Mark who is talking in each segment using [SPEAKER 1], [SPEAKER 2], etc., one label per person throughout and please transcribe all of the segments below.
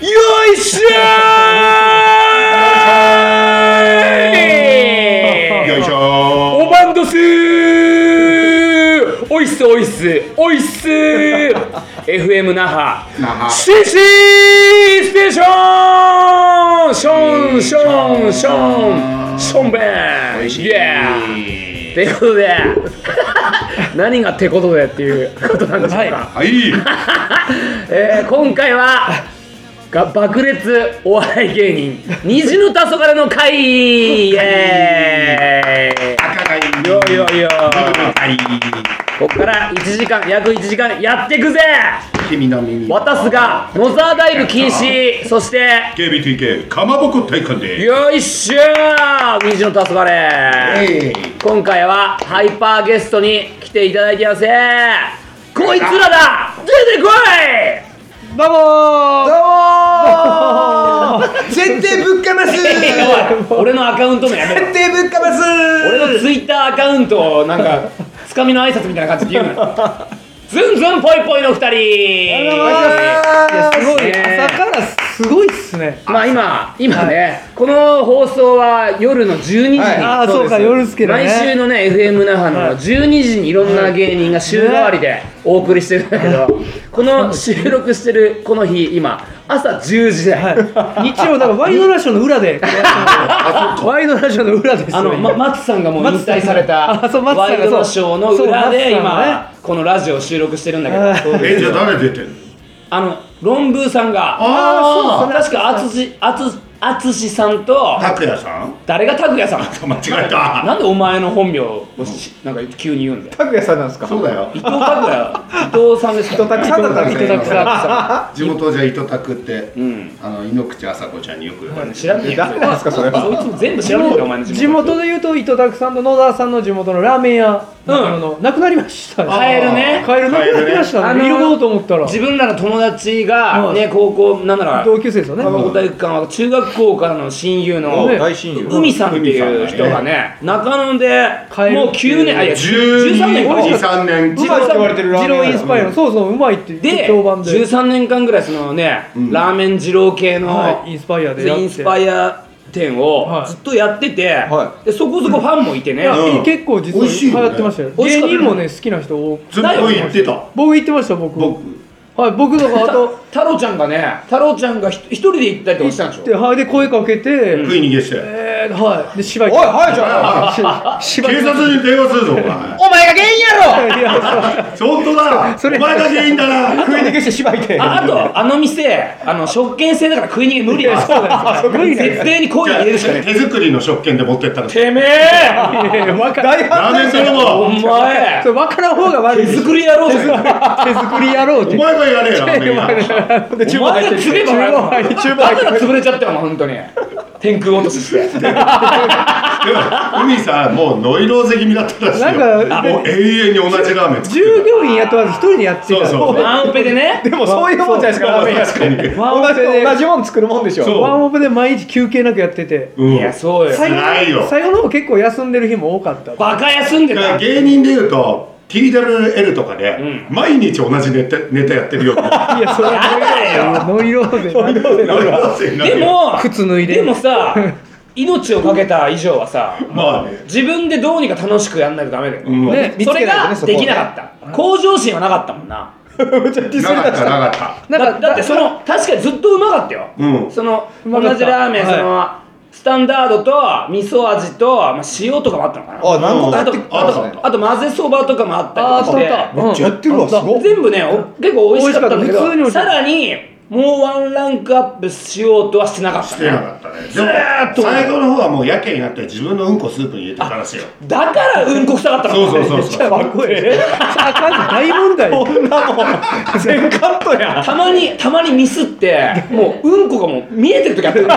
[SPEAKER 1] よいしょー
[SPEAKER 2] よいしょ
[SPEAKER 1] おばんどすーおいっすおいっすおいっすー FM 那覇
[SPEAKER 2] 那覇
[SPEAKER 1] シンシーステーションションションションションベンイエーということで何がってことでっていうことなんでしょうか、
[SPEAKER 2] はい
[SPEAKER 1] えー今回はが爆裂お笑い芸人虹の黄昏の会イエーイ
[SPEAKER 2] 赤貝
[SPEAKER 1] よいよいよ
[SPEAKER 2] はい
[SPEAKER 1] ここから1時間約1時間やってくぜ
[SPEAKER 2] 君の耳
[SPEAKER 1] 渡すが野沢ダイブ禁止そして
[SPEAKER 2] KBTK かまぼこ体感で
[SPEAKER 1] よいしょー虹の黄昏
[SPEAKER 2] えい
[SPEAKER 1] 今回はハイパーゲストに来ていただいてますこいつらだ出てこい
[SPEAKER 3] どうもー
[SPEAKER 4] 絶対ぶっかます
[SPEAKER 1] おい俺のアカウント名やめろ
[SPEAKER 4] 絶対ぶっかます
[SPEAKER 1] 俺のツイッターアカウントをなんかつかみの挨拶みたいな感じで言うなズンズンぽいぽいの二人
[SPEAKER 3] いやすごい
[SPEAKER 1] ねえ
[SPEAKER 3] 朝からすごいっすね
[SPEAKER 1] まあ今今ねこの放送は夜の12時に、
[SPEAKER 4] はい
[SPEAKER 3] ああそうか夜っすけどね
[SPEAKER 1] 毎週のね FM 那覇の12時にいろんな芸人が週替わりでお送りしてるんだけどこの収録してるこの日今朝10時だよ、
[SPEAKER 3] はい日曜だからワイドナショーの裏でワイドナショーの裏です
[SPEAKER 1] あの、ま、松さんがもう引退された
[SPEAKER 3] 松さんあそう松さんが
[SPEAKER 1] ワイドナショーの
[SPEAKER 3] そう
[SPEAKER 1] 裏で
[SPEAKER 3] そう松さんが
[SPEAKER 1] 今このラジオを収録してるんだ
[SPEAKER 3] あ
[SPEAKER 1] けど
[SPEAKER 2] えじゃあ誰出てるの
[SPEAKER 1] あの論文さんが
[SPEAKER 2] あー
[SPEAKER 1] 確か淳淳淳さんと
[SPEAKER 2] 拓也さん
[SPEAKER 1] 誰が拓也さん
[SPEAKER 2] 間違えた
[SPEAKER 1] なんでお前の本名をしなんか急に言うんだよ
[SPEAKER 4] 拓也さんなんですか
[SPEAKER 2] そうだよ
[SPEAKER 1] 伊藤拓也伊藤さんですか伊藤
[SPEAKER 4] 拓さんだったんですね
[SPEAKER 1] 伊藤拓さ
[SPEAKER 2] 地元じゃ糸拓って
[SPEAKER 1] ん
[SPEAKER 2] あの井ノ口麻子ちゃんによく言われ
[SPEAKER 1] ん
[SPEAKER 2] て
[SPEAKER 1] 知らねえよ
[SPEAKER 4] 誰なんですかそれは
[SPEAKER 1] そいつも全部知らねえよお前の
[SPEAKER 3] 地元で言うと伊藤拓さんと野沢さんの地元のラーメン屋
[SPEAKER 1] うん
[SPEAKER 3] のなくなりました
[SPEAKER 1] あ
[SPEAKER 3] ね
[SPEAKER 1] カエルね
[SPEAKER 3] カエルなくなりまし
[SPEAKER 1] あ
[SPEAKER 3] た
[SPEAKER 1] の
[SPEAKER 3] ね
[SPEAKER 1] ー
[SPEAKER 3] 見ることと思ったら
[SPEAKER 1] 自分らの友達がね高校なんなら
[SPEAKER 3] 同級生ですよね
[SPEAKER 1] 熊本体育館は中学校からの親友の
[SPEAKER 3] ね
[SPEAKER 4] 大親友
[SPEAKER 1] 海さんっていう人がね中野で
[SPEAKER 3] 帰る
[SPEAKER 1] もう9年あいや
[SPEAKER 2] 12
[SPEAKER 1] 13年か
[SPEAKER 2] 2 3年
[SPEAKER 4] うまいって言われてるラー
[SPEAKER 3] 二
[SPEAKER 4] メン屋
[SPEAKER 3] 郎インスパイアのそうそううまいって
[SPEAKER 1] で
[SPEAKER 3] 評判で
[SPEAKER 1] 13年間ぐらいそのね
[SPEAKER 2] ん
[SPEAKER 1] ラーメン二郎系の
[SPEAKER 3] はいインスパイアでやって
[SPEAKER 1] インスパイア店を
[SPEAKER 3] はい
[SPEAKER 1] ずっとやってて
[SPEAKER 4] は
[SPEAKER 1] でそこそこファンもいてね
[SPEAKER 3] いや
[SPEAKER 2] うん
[SPEAKER 3] 結構実
[SPEAKER 2] 美味しいよ
[SPEAKER 3] は
[SPEAKER 2] ね
[SPEAKER 3] 流行ってましたよ
[SPEAKER 1] 美味し
[SPEAKER 3] 芸
[SPEAKER 1] かった
[SPEAKER 3] 人もね好きな人多く
[SPEAKER 2] ずっと言ってた
[SPEAKER 3] 僕行ってました僕
[SPEAKER 2] 僕
[SPEAKER 3] はい僕とかあと
[SPEAKER 1] た太郎ちゃんがね太郎ちゃんがひ一人で行ったりとかしたんでしょ
[SPEAKER 3] ではいで声かけて、
[SPEAKER 2] 食い逃げして
[SPEAKER 3] えー、はいで芝
[SPEAKER 4] お
[SPEAKER 3] 居
[SPEAKER 4] いはいじゃあ
[SPEAKER 3] ゃ芝居
[SPEAKER 2] 警察に電話するぞお前
[SPEAKER 1] お前が原因やろ
[SPEAKER 3] いやそう
[SPEAKER 2] 本当だ
[SPEAKER 3] それ
[SPEAKER 2] お前が原因だな
[SPEAKER 4] 食い逃げして芝居で
[SPEAKER 1] ああとあの店あの食券制だから食い逃げ無理や
[SPEAKER 3] そうなんですよ無理なんで
[SPEAKER 1] 絶
[SPEAKER 3] すよ
[SPEAKER 1] 対に声入れるしかねえ
[SPEAKER 2] 手作りの食券で持ってったら
[SPEAKER 1] てめえ
[SPEAKER 3] いやいやわか
[SPEAKER 4] 大
[SPEAKER 2] ラ
[SPEAKER 4] 反
[SPEAKER 2] ーメン
[SPEAKER 4] 対
[SPEAKER 2] それ
[SPEAKER 1] お
[SPEAKER 2] も
[SPEAKER 1] 前
[SPEAKER 3] それ分からん方が悪い
[SPEAKER 1] 手作りやろうぜ
[SPEAKER 3] 手作りやろうっ
[SPEAKER 2] お
[SPEAKER 3] て
[SPEAKER 2] 前がやれよラーメン屋
[SPEAKER 4] で
[SPEAKER 1] お前が継げばよ
[SPEAKER 3] 厨房入ってる
[SPEAKER 1] だから潰れちゃったよお前本当に天空落としして
[SPEAKER 2] でも海さもうノイローゼ気味だったらしいよ
[SPEAKER 3] なんか
[SPEAKER 2] もう永遠に同じラーメン作って
[SPEAKER 3] 従
[SPEAKER 2] る
[SPEAKER 3] 業員雇わず一人でやってた
[SPEAKER 2] そうそうそう
[SPEAKER 1] ワンオペでね
[SPEAKER 4] でもそういうもんじゃないですかラーメン屋
[SPEAKER 2] 確かに
[SPEAKER 3] ワンオ
[SPEAKER 4] 同
[SPEAKER 3] ペで
[SPEAKER 4] じ同じもん作るもんでしょ
[SPEAKER 2] そう
[SPEAKER 3] ワンオペで毎日休憩なくやってて
[SPEAKER 2] うん
[SPEAKER 1] いやそうよ
[SPEAKER 2] 最辛いよ
[SPEAKER 3] 最後の方結構休んでる日も多かった
[SPEAKER 1] バカ休んで
[SPEAKER 2] だから
[SPEAKER 1] た
[SPEAKER 2] 芸人でいうと TWL とかで毎日同じネタネタやってるよう ない
[SPEAKER 3] やそれ
[SPEAKER 1] やだよ
[SPEAKER 3] ノイローゼ
[SPEAKER 2] ノイローゼになる
[SPEAKER 1] で
[SPEAKER 2] よ
[SPEAKER 1] も
[SPEAKER 3] 靴脱いで
[SPEAKER 1] でもさ命をかけた以上はさ
[SPEAKER 2] まあね
[SPEAKER 1] 自分でどうにか楽しくやんないとダメだよ、
[SPEAKER 2] うんな
[SPEAKER 3] ね
[SPEAKER 4] 見
[SPEAKER 1] そ
[SPEAKER 4] つ
[SPEAKER 1] れ
[SPEAKER 4] けないと
[SPEAKER 1] が
[SPEAKER 4] ねそこはね
[SPEAKER 1] できなかった向上心はなかったもんな
[SPEAKER 2] かったなかった
[SPEAKER 3] なん
[SPEAKER 1] だ
[SPEAKER 3] か
[SPEAKER 1] だってその確かにずっとうまかったよ、
[SPEAKER 2] うん
[SPEAKER 1] その
[SPEAKER 3] うまかった
[SPEAKER 1] 同じラーメン、
[SPEAKER 3] はい
[SPEAKER 1] そのスタンダードと味噌味と、まあ、塩とかもあったのかな
[SPEAKER 4] あ何個かや
[SPEAKER 1] あ
[SPEAKER 4] って
[SPEAKER 1] と
[SPEAKER 4] き
[SPEAKER 1] あ
[SPEAKER 4] たんですね
[SPEAKER 1] とあと混ぜそばとかもあった
[SPEAKER 3] ああ
[SPEAKER 1] りとか
[SPEAKER 3] そうだ
[SPEAKER 1] して
[SPEAKER 4] めっちゃやってるわすごい
[SPEAKER 1] 全部ねお結構美味しかったんだけ
[SPEAKER 3] 美味しかった普通に美
[SPEAKER 1] ど
[SPEAKER 3] 味しか
[SPEAKER 1] さ
[SPEAKER 3] った
[SPEAKER 1] らにもうワンランクアップしようとはしてなかった
[SPEAKER 2] してな
[SPEAKER 1] ね
[SPEAKER 2] かったね
[SPEAKER 1] ずーっと
[SPEAKER 2] でも最後の方はもうやけになって自分のうんこスープに入れてたらしいよ
[SPEAKER 1] だからうんこ臭かったの
[SPEAKER 2] そうそうそうそう
[SPEAKER 3] かっこええあかん大問題
[SPEAKER 4] こんなもん全カットや
[SPEAKER 1] たまにたまにミスってもううんこがもう見えてる時あった よ上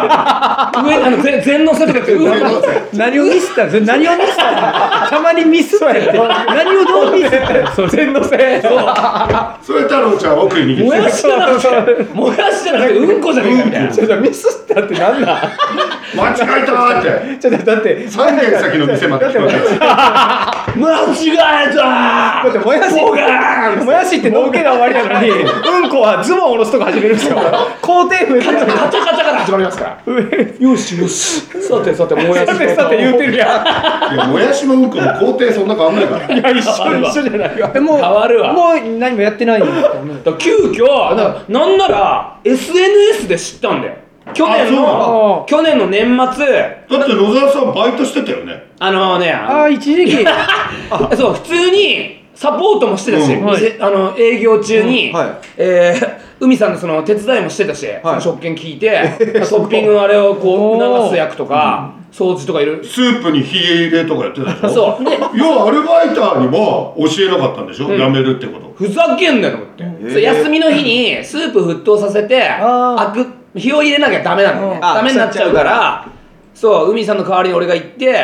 [SPEAKER 1] あのぜ全のせとかってうんこ
[SPEAKER 3] 何をミスったんです何をミスったんたまにミスったって何をどうミスったんそれ全のせい
[SPEAKER 2] それ太郎ちゃん奥に逃げ
[SPEAKER 1] も
[SPEAKER 2] て
[SPEAKER 1] やしだなももやしじゃなくてうんこじゃねえかみたいな
[SPEAKER 4] ちょっとミスったってなんだ
[SPEAKER 2] 間違えたーって
[SPEAKER 4] ちょっとだって
[SPEAKER 2] 3軒先の店まで
[SPEAKER 4] だって
[SPEAKER 2] 来
[SPEAKER 4] だ
[SPEAKER 2] た
[SPEAKER 4] っ
[SPEAKER 1] 間違
[SPEAKER 4] て
[SPEAKER 1] えた
[SPEAKER 4] だってもやし
[SPEAKER 1] ボガーン
[SPEAKER 4] もやしってのっけが終わりなのにうんこはズボン下ろすとこ始めるんですよ工程増えたのに
[SPEAKER 1] カチャカチャから始まりますからよしよしさてさてもやし
[SPEAKER 4] さてさて言うてるやん
[SPEAKER 2] いやもやしもうんこも工程そんな変わんないから
[SPEAKER 4] いや一緒一緒じゃないわもう
[SPEAKER 1] 変わるわ
[SPEAKER 4] もう何もやってないんだよね
[SPEAKER 1] だから急遽だからなんなら SNS で知ったんだよ去年
[SPEAKER 2] あそう
[SPEAKER 4] な
[SPEAKER 1] の
[SPEAKER 4] の
[SPEAKER 1] 去年の年末
[SPEAKER 2] だって野沢さんバイトしてたよね
[SPEAKER 1] あのね
[SPEAKER 4] ああ一時期
[SPEAKER 1] そう普通にサポートもしてたし、
[SPEAKER 2] うん
[SPEAKER 4] はい
[SPEAKER 1] 店あの営業中に、
[SPEAKER 4] うんはい
[SPEAKER 1] えー海さんのその手伝いもしてたし、その食券聞いてトッピングのあれをこ
[SPEAKER 4] おー
[SPEAKER 1] う流す役とか、掃除とかいる
[SPEAKER 2] スープに火入れとかやってたでしょ
[SPEAKER 1] そうで
[SPEAKER 2] 要はアルバイターにも教えなかったんでしょ、やめるってこと
[SPEAKER 1] ふざけんなよと思って、そう休みの日にスープ沸騰させて
[SPEAKER 4] あ
[SPEAKER 1] あく火を入れなきゃダメなのね
[SPEAKER 4] うんあ
[SPEAKER 1] ダメになっちゃうからそう海さんの代わりに俺が行って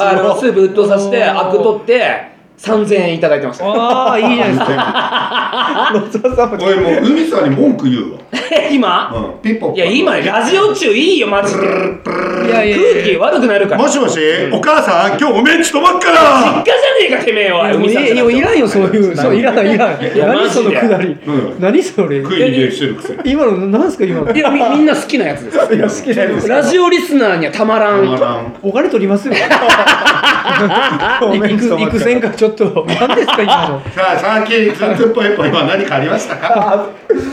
[SPEAKER 1] あのスープ沸騰させてアク取って3000円いただいてました
[SPEAKER 4] ああいいじゃないですか野沢さんも
[SPEAKER 2] 俺もう海さんに文句言うわ、
[SPEAKER 1] 今、
[SPEAKER 2] うん、ピッポ
[SPEAKER 1] いや今ラジオ中いいよマジで
[SPEAKER 4] いやいやいや
[SPEAKER 1] 空気悪くなるから
[SPEAKER 2] もしもし、お母さん今日おめんち泊まっか
[SPEAKER 1] 実
[SPEAKER 2] ら
[SPEAKER 1] 家じゃねえかてめえはい
[SPEAKER 4] やもういやいやいらんよそういうそういらないいらない
[SPEAKER 1] やマ
[SPEAKER 4] 何
[SPEAKER 1] ジ
[SPEAKER 4] そ
[SPEAKER 1] で
[SPEAKER 4] のくだり
[SPEAKER 2] うん
[SPEAKER 4] 何それ
[SPEAKER 2] 食い逃げしてるくせに
[SPEAKER 4] 今の何すか今の
[SPEAKER 1] いやみみんな好きなやつです
[SPEAKER 4] いや好きなやつです
[SPEAKER 1] ラジオリスナーにはたまらん
[SPEAKER 2] たまらん
[SPEAKER 4] お金取りますよ行く行く線かちょっと何ですか今の
[SPEAKER 2] さあさっきずんずんぽいぽいは何かありましたか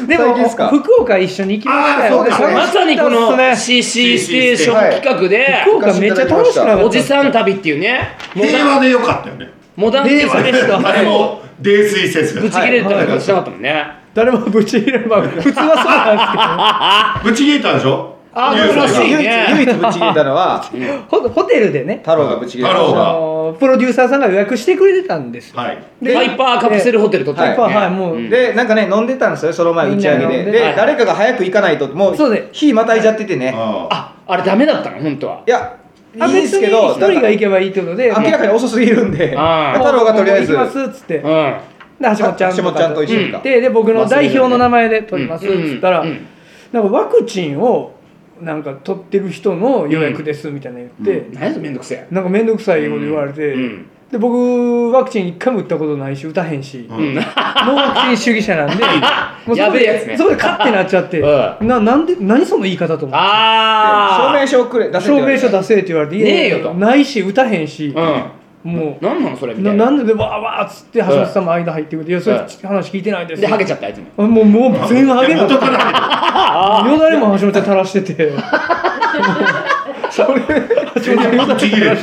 [SPEAKER 4] で
[SPEAKER 3] 最
[SPEAKER 4] も
[SPEAKER 3] 近ですか
[SPEAKER 4] 福岡一緒に行きました
[SPEAKER 2] あ
[SPEAKER 4] よ
[SPEAKER 2] ーそうか
[SPEAKER 1] まさにこ
[SPEAKER 4] 楽しか
[SPEAKER 1] の
[SPEAKER 4] ったっすね
[SPEAKER 1] CC ステーション企画で
[SPEAKER 4] 福岡めっちゃ楽しくなかった
[SPEAKER 1] おじさん旅っていうねモ
[SPEAKER 2] 平
[SPEAKER 1] ダン
[SPEAKER 2] 和でよかったよね
[SPEAKER 1] モダンテーマでした
[SPEAKER 2] 誰も泥酔せず
[SPEAKER 1] ぶち切れたりとかしなかったもんね
[SPEAKER 4] 誰もぶち入れば普通はそうなん
[SPEAKER 2] ぶち切れたんでしょ
[SPEAKER 1] あ
[SPEAKER 2] ニュース
[SPEAKER 1] らしい
[SPEAKER 2] が
[SPEAKER 1] ね
[SPEAKER 3] 唯一唯一ぶち切れたのは
[SPEAKER 4] ですけどホホテルでね
[SPEAKER 3] 太郎がぶち切れま
[SPEAKER 2] 太
[SPEAKER 3] し
[SPEAKER 2] 郎
[SPEAKER 4] あ
[SPEAKER 2] が
[SPEAKER 3] た
[SPEAKER 4] のプロデューサーさんが予約してくれてたんですよ
[SPEAKER 2] はい
[SPEAKER 1] ハイパーカプセルホテル取って
[SPEAKER 4] やっぱ
[SPEAKER 1] よね
[SPEAKER 4] はいもう
[SPEAKER 1] うん
[SPEAKER 3] でなんかね飲んでたんですよその前打ち上
[SPEAKER 4] み
[SPEAKER 3] げ
[SPEAKER 4] んな飲ん
[SPEAKER 3] で
[SPEAKER 4] で
[SPEAKER 3] で
[SPEAKER 1] はい
[SPEAKER 3] 誰かが早く行かないともう
[SPEAKER 4] そうね
[SPEAKER 3] 火またいじゃっててね
[SPEAKER 2] ああ
[SPEAKER 1] ああれダメだったの本当はい
[SPEAKER 3] や
[SPEAKER 4] あ
[SPEAKER 3] いいんですけど
[SPEAKER 4] 別に一人が行
[SPEAKER 3] け
[SPEAKER 4] けばいいってことで
[SPEAKER 3] 明らかに遅すぎるんで太
[SPEAKER 1] あー
[SPEAKER 3] 郎がとりあえず
[SPEAKER 4] もう行きますっつってで
[SPEAKER 1] うん
[SPEAKER 4] 橋本ちゃんと
[SPEAKER 3] 橋
[SPEAKER 4] か
[SPEAKER 3] 本ちゃんと一緒にか
[SPEAKER 4] でで僕の代表の名前で取りますっつったら、
[SPEAKER 1] うんうん
[SPEAKER 4] なんかワクチンをなんか取ってる人の予約ですみたいな言って、
[SPEAKER 1] 何やそれめんどくせえ
[SPEAKER 4] なんか面倒くさいこと言われて、
[SPEAKER 1] うんうん
[SPEAKER 4] で僕ワクチン一回も打ったことないし打たへんし、
[SPEAKER 2] う
[SPEAKER 1] うん
[SPEAKER 4] ノーワクチン主義 者なんでもうそ
[SPEAKER 1] や
[SPEAKER 4] こ
[SPEAKER 1] べえやつ
[SPEAKER 4] で
[SPEAKER 1] ね
[SPEAKER 4] そこでカッてなっちゃっ て、
[SPEAKER 1] う
[SPEAKER 4] ななんで何その言い方と思って
[SPEAKER 1] あ
[SPEAKER 3] 証
[SPEAKER 1] あ
[SPEAKER 3] 明書をくれ出せって
[SPEAKER 4] 証
[SPEAKER 3] 言われ
[SPEAKER 4] 明
[SPEAKER 3] て
[SPEAKER 4] 書出せって言われて「い
[SPEAKER 1] ねえ
[SPEAKER 4] やいや
[SPEAKER 1] よと
[SPEAKER 4] ないし打たへんし、も
[SPEAKER 1] うん何なのそれ
[SPEAKER 4] う
[SPEAKER 1] みた
[SPEAKER 4] ないな
[SPEAKER 1] なん
[SPEAKER 4] ででわーわーっつって橋本さんも間入ってくれて「いやそれ
[SPEAKER 1] うん
[SPEAKER 4] 話聞いてないです」
[SPEAKER 1] でハゲちゃったあいつも
[SPEAKER 4] あもうもう全ハゲ
[SPEAKER 2] いや
[SPEAKER 4] だった
[SPEAKER 2] 元から
[SPEAKER 4] よだれも橋本ちゃん垂らし てて
[SPEAKER 2] 全然ぶち切れる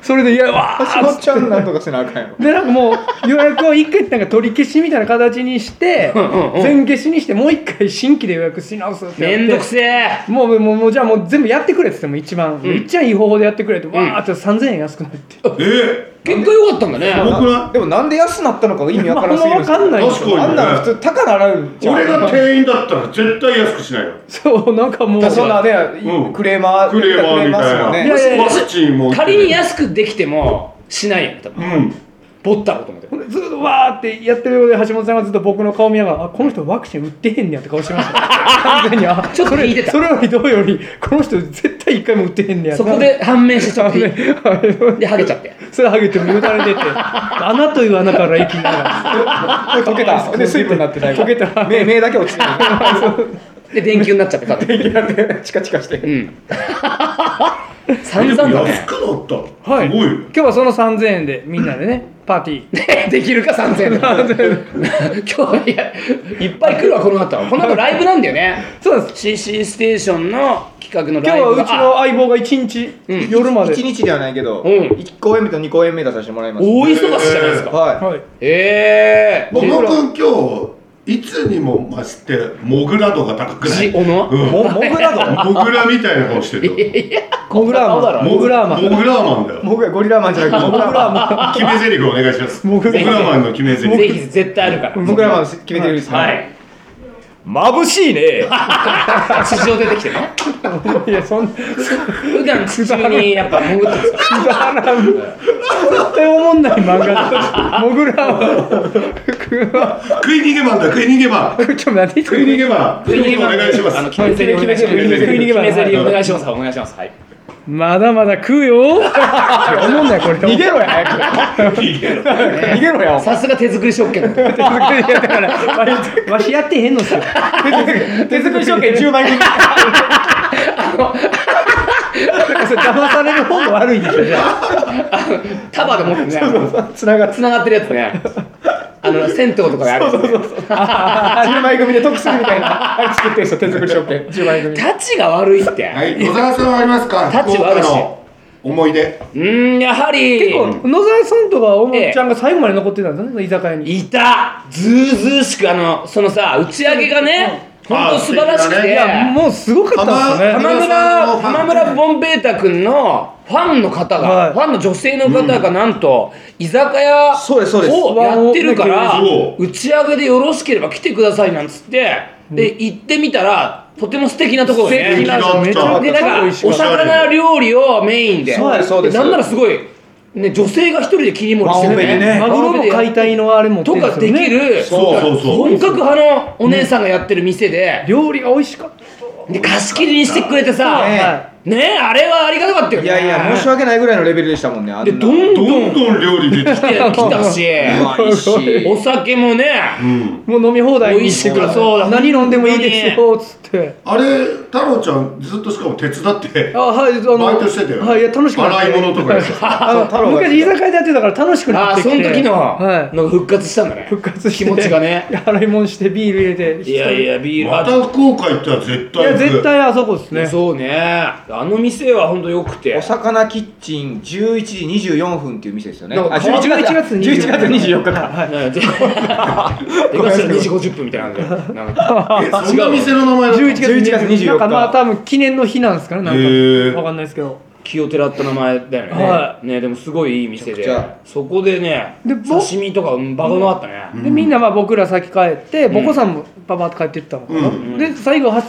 [SPEAKER 4] それで「いやわーっつって
[SPEAKER 3] 橋本ちゃんなんとかせなあかんやろ
[SPEAKER 4] でなんかもう予約を一回なんか取り消しみたいな形にして
[SPEAKER 1] んうんうん
[SPEAKER 4] 全消しにしてもう一回新規で予約し直すってやって
[SPEAKER 1] めんどくせえ
[SPEAKER 4] もうもうもうじゃあもう全部やってくれって言ってもう一番、
[SPEAKER 1] ん
[SPEAKER 4] 一番いい方法でやってくれってわーって3000円安くなって、
[SPEAKER 2] え
[SPEAKER 1] 結果良かったんだ
[SPEAKER 2] え
[SPEAKER 1] ね
[SPEAKER 2] 僕な
[SPEAKER 3] でもなんで安なったのかが意味わからんすぎるですよ
[SPEAKER 4] まあわかんない
[SPEAKER 2] 確かに
[SPEAKER 3] あんなの普通高ならんじゃん
[SPEAKER 2] 俺が店員だったら絶対安くしないよ
[SPEAKER 4] そうなんかもう
[SPEAKER 3] だからそんなね、
[SPEAKER 2] うん
[SPEAKER 3] クレーマー
[SPEAKER 2] クレーマーみたいな
[SPEAKER 3] クレーマーっすもんね
[SPEAKER 4] いやいやいや
[SPEAKER 2] ワクチンも
[SPEAKER 1] 仮に安くできてもしないよね多
[SPEAKER 2] う
[SPEAKER 1] 分
[SPEAKER 2] ん
[SPEAKER 1] ぼったこと思って
[SPEAKER 4] ほんでずっとわーってやってるようで橋本さんがずっと僕の顔見ながらあこの人ワクチン打ってへんねやって顔してました完全にあ
[SPEAKER 1] ちょっと引いてた
[SPEAKER 4] それそれよりどうよりこの人絶対一回も打ってへんねや
[SPEAKER 1] そこで判明してちゃって
[SPEAKER 4] はい
[SPEAKER 1] でハゲちゃって
[SPEAKER 4] それハゲてもよだれ出て穴という穴から息ながら
[SPEAKER 3] 溶けたで水分になってない
[SPEAKER 4] 溶けた
[SPEAKER 3] 目目だけ落ちてる
[SPEAKER 1] で電球になっちゃってただ
[SPEAKER 3] チカチカして
[SPEAKER 1] う
[SPEAKER 3] る
[SPEAKER 1] ん 散
[SPEAKER 2] で
[SPEAKER 1] 々
[SPEAKER 2] も
[SPEAKER 1] だ
[SPEAKER 2] 安
[SPEAKER 1] ね
[SPEAKER 2] くなった、
[SPEAKER 4] はい
[SPEAKER 2] すごいよ
[SPEAKER 4] 今日はその3000円でみんなでねパーティー
[SPEAKER 1] できるか3000円で 今日いやいっぱい来るわこの後この後ライブなんだよね
[SPEAKER 4] そうなんです
[SPEAKER 1] CC ステーションの企画の
[SPEAKER 4] 今
[SPEAKER 1] ラ
[SPEAKER 4] 日
[SPEAKER 1] イ
[SPEAKER 4] は
[SPEAKER 1] ブ
[SPEAKER 4] うちの相棒が1日、
[SPEAKER 1] うん
[SPEAKER 4] 夜まで
[SPEAKER 3] 一日ではないけど、
[SPEAKER 1] うん
[SPEAKER 3] 一公演目と二公演目出させてもらいます
[SPEAKER 1] 大忙しじゃないですか
[SPEAKER 3] はい
[SPEAKER 4] はい
[SPEAKER 1] ええ
[SPEAKER 2] 小野君今日いつにも増してモグラ度が高くない
[SPEAKER 1] じ小野
[SPEAKER 2] うん、
[SPEAKER 3] もモグラド
[SPEAKER 2] モグラみたいな顔してるよ
[SPEAKER 4] モグラーマンモグラーマン
[SPEAKER 2] モグラーマンだよ
[SPEAKER 3] モグラゴリラマンじゃ なくてモグラマ
[SPEAKER 2] 決め台詞お願いしますモ
[SPEAKER 4] モ
[SPEAKER 2] グ
[SPEAKER 4] グ
[SPEAKER 2] ラ
[SPEAKER 4] ラ
[SPEAKER 2] マンの決め台
[SPEAKER 1] ぜ
[SPEAKER 2] 詞
[SPEAKER 1] ひ絶対あるから
[SPEAKER 3] ンモグラマン決めてるんですね
[SPEAKER 1] はい
[SPEAKER 5] 眩しいね。
[SPEAKER 1] 地上出てきてね
[SPEAKER 4] いやそんな
[SPEAKER 1] 普段地中にやっぱ潜ってるんです か
[SPEAKER 4] くだらん絶対思んない漫画だモグラは
[SPEAKER 2] 食い逃げマンだ食い逃げマン
[SPEAKER 4] ちょっと待って
[SPEAKER 2] 食い逃げマン
[SPEAKER 1] 食い逃げ
[SPEAKER 2] お
[SPEAKER 1] マン
[SPEAKER 2] 願いします
[SPEAKER 1] あの決めゼリお願いします
[SPEAKER 4] 決めゼリ
[SPEAKER 1] 決めゼリお願いしますお願いしますはい
[SPEAKER 4] まだまだ食うよいや思んないこれ
[SPEAKER 3] 逃げろや早く 逃げ ろや
[SPEAKER 1] さすが手作り食券
[SPEAKER 4] 手作りやだからわしわしやってへんのっすよ
[SPEAKER 3] 手作り証券10枚組
[SPEAKER 4] だからそれ騙される方も悪いでしょじゃあ
[SPEAKER 1] 束で持ってね
[SPEAKER 3] つながって
[SPEAKER 1] つながってるやつねあの銭湯とかであるやつね
[SPEAKER 3] 10枚組で得するみたいなあれ作ってる人手作り証券10枚組
[SPEAKER 1] タチが悪いって、
[SPEAKER 2] はい野沢さんはありますか
[SPEAKER 1] タッチ
[SPEAKER 2] 福
[SPEAKER 1] はあ
[SPEAKER 2] 岡
[SPEAKER 1] るし
[SPEAKER 2] の思い出
[SPEAKER 1] うーんやはり
[SPEAKER 4] 結構野沢さんとかおもちゃんが最後まで残ってたんですねその居酒屋に
[SPEAKER 1] いたずうずうしくあのそのさ打ち上げがね、
[SPEAKER 2] うん
[SPEAKER 1] ほんと素晴らしく
[SPEAKER 2] あ
[SPEAKER 1] て、
[SPEAKER 2] ー
[SPEAKER 4] いやもうすごかったっす
[SPEAKER 2] あ
[SPEAKER 4] ね
[SPEAKER 1] 浜
[SPEAKER 2] ま浜村
[SPEAKER 1] 村浜村ボンベータ君のファンの方が、
[SPEAKER 4] はい
[SPEAKER 1] ファンの女性の方がなんと、居酒屋
[SPEAKER 3] そうですそうです
[SPEAKER 1] をやってるから
[SPEAKER 2] そ
[SPEAKER 1] 打ち上げでよろしければ来てくださいなんつって、で行ってみたらとても素敵なところで、
[SPEAKER 2] 敵な
[SPEAKER 4] めちゃめ
[SPEAKER 1] で
[SPEAKER 4] ちゃ
[SPEAKER 1] なんか
[SPEAKER 4] 美味しか
[SPEAKER 1] お
[SPEAKER 4] った
[SPEAKER 1] 魚料理をメインで
[SPEAKER 3] そうですそうです
[SPEAKER 1] なんならすごい、ね、女性が一人で切り盛りしてる
[SPEAKER 3] ワンオペでね
[SPEAKER 4] マグロの解体のあれも
[SPEAKER 1] とかできる
[SPEAKER 2] そうそうそう
[SPEAKER 1] 本格派のお姉さんがやってる店で,、
[SPEAKER 4] 料理が美味しかった
[SPEAKER 1] で貸し切りにしてくれてさ
[SPEAKER 3] ね
[SPEAKER 4] は
[SPEAKER 1] ねえあれはありがたかったよ
[SPEAKER 3] いやいや申し訳ないぐらいのレベルでしたもんねあん
[SPEAKER 1] で
[SPEAKER 3] な
[SPEAKER 1] どんど
[SPEAKER 2] ど
[SPEAKER 1] ん
[SPEAKER 2] んどん料理出てき
[SPEAKER 1] 来て
[SPEAKER 2] て
[SPEAKER 1] 来たし
[SPEAKER 3] うまいし
[SPEAKER 1] お酒もね
[SPEAKER 2] うん
[SPEAKER 4] いもう飲み放題
[SPEAKER 1] 美
[SPEAKER 4] に
[SPEAKER 1] 味
[SPEAKER 4] し
[SPEAKER 1] してく
[SPEAKER 4] くれ
[SPEAKER 1] らそうだ
[SPEAKER 4] 何飲んでもいいですよっつって
[SPEAKER 2] あれ太郎ちゃんずっとしかも手伝って
[SPEAKER 4] あはいあの
[SPEAKER 2] バイトしてたよね
[SPEAKER 4] はいいや楽しくなって
[SPEAKER 2] 洗い物とかや ってた
[SPEAKER 4] あの
[SPEAKER 3] 太郎が
[SPEAKER 4] 昔居酒屋でやってたから楽しくな
[SPEAKER 1] あ
[SPEAKER 4] っ
[SPEAKER 1] あ
[SPEAKER 4] てき
[SPEAKER 1] そ
[SPEAKER 4] て
[SPEAKER 1] の時の、
[SPEAKER 4] はい
[SPEAKER 1] の復活したんだね
[SPEAKER 4] 復活して
[SPEAKER 1] 気持ちがね
[SPEAKER 4] 洗い物してビール入れて
[SPEAKER 1] いやいやビール
[SPEAKER 2] また福岡行ったら絶
[SPEAKER 4] い
[SPEAKER 2] 対
[SPEAKER 4] や
[SPEAKER 2] 行く
[SPEAKER 4] 絶対あそこですね
[SPEAKER 1] そうねあの店は本当良くて
[SPEAKER 3] お魚キッチン11時24分っていう店ですよね
[SPEAKER 1] なんか
[SPEAKER 3] あ11月
[SPEAKER 4] 11月
[SPEAKER 3] 11月24日か
[SPEAKER 4] はい
[SPEAKER 1] ね で今すぐ2時50分みたいなんでなんか
[SPEAKER 2] えそんな店の名前だった
[SPEAKER 4] 11月
[SPEAKER 3] 11月24日
[SPEAKER 4] なんかまあ多分記念の日なんですからなん
[SPEAKER 2] へー
[SPEAKER 4] かわかんないですけど
[SPEAKER 1] 清寺って名前だよね、
[SPEAKER 4] は
[SPEAKER 1] ねでもすごいいい店
[SPEAKER 3] め
[SPEAKER 1] で
[SPEAKER 3] ちゃくちゃ
[SPEAKER 1] そこでね
[SPEAKER 4] でぼ
[SPEAKER 1] 刺身とかうんバカうまかったね、
[SPEAKER 4] でみんなまあ僕ら先帰ってボコさんもパパッと帰ってったのかな
[SPEAKER 2] うん
[SPEAKER 4] で最後は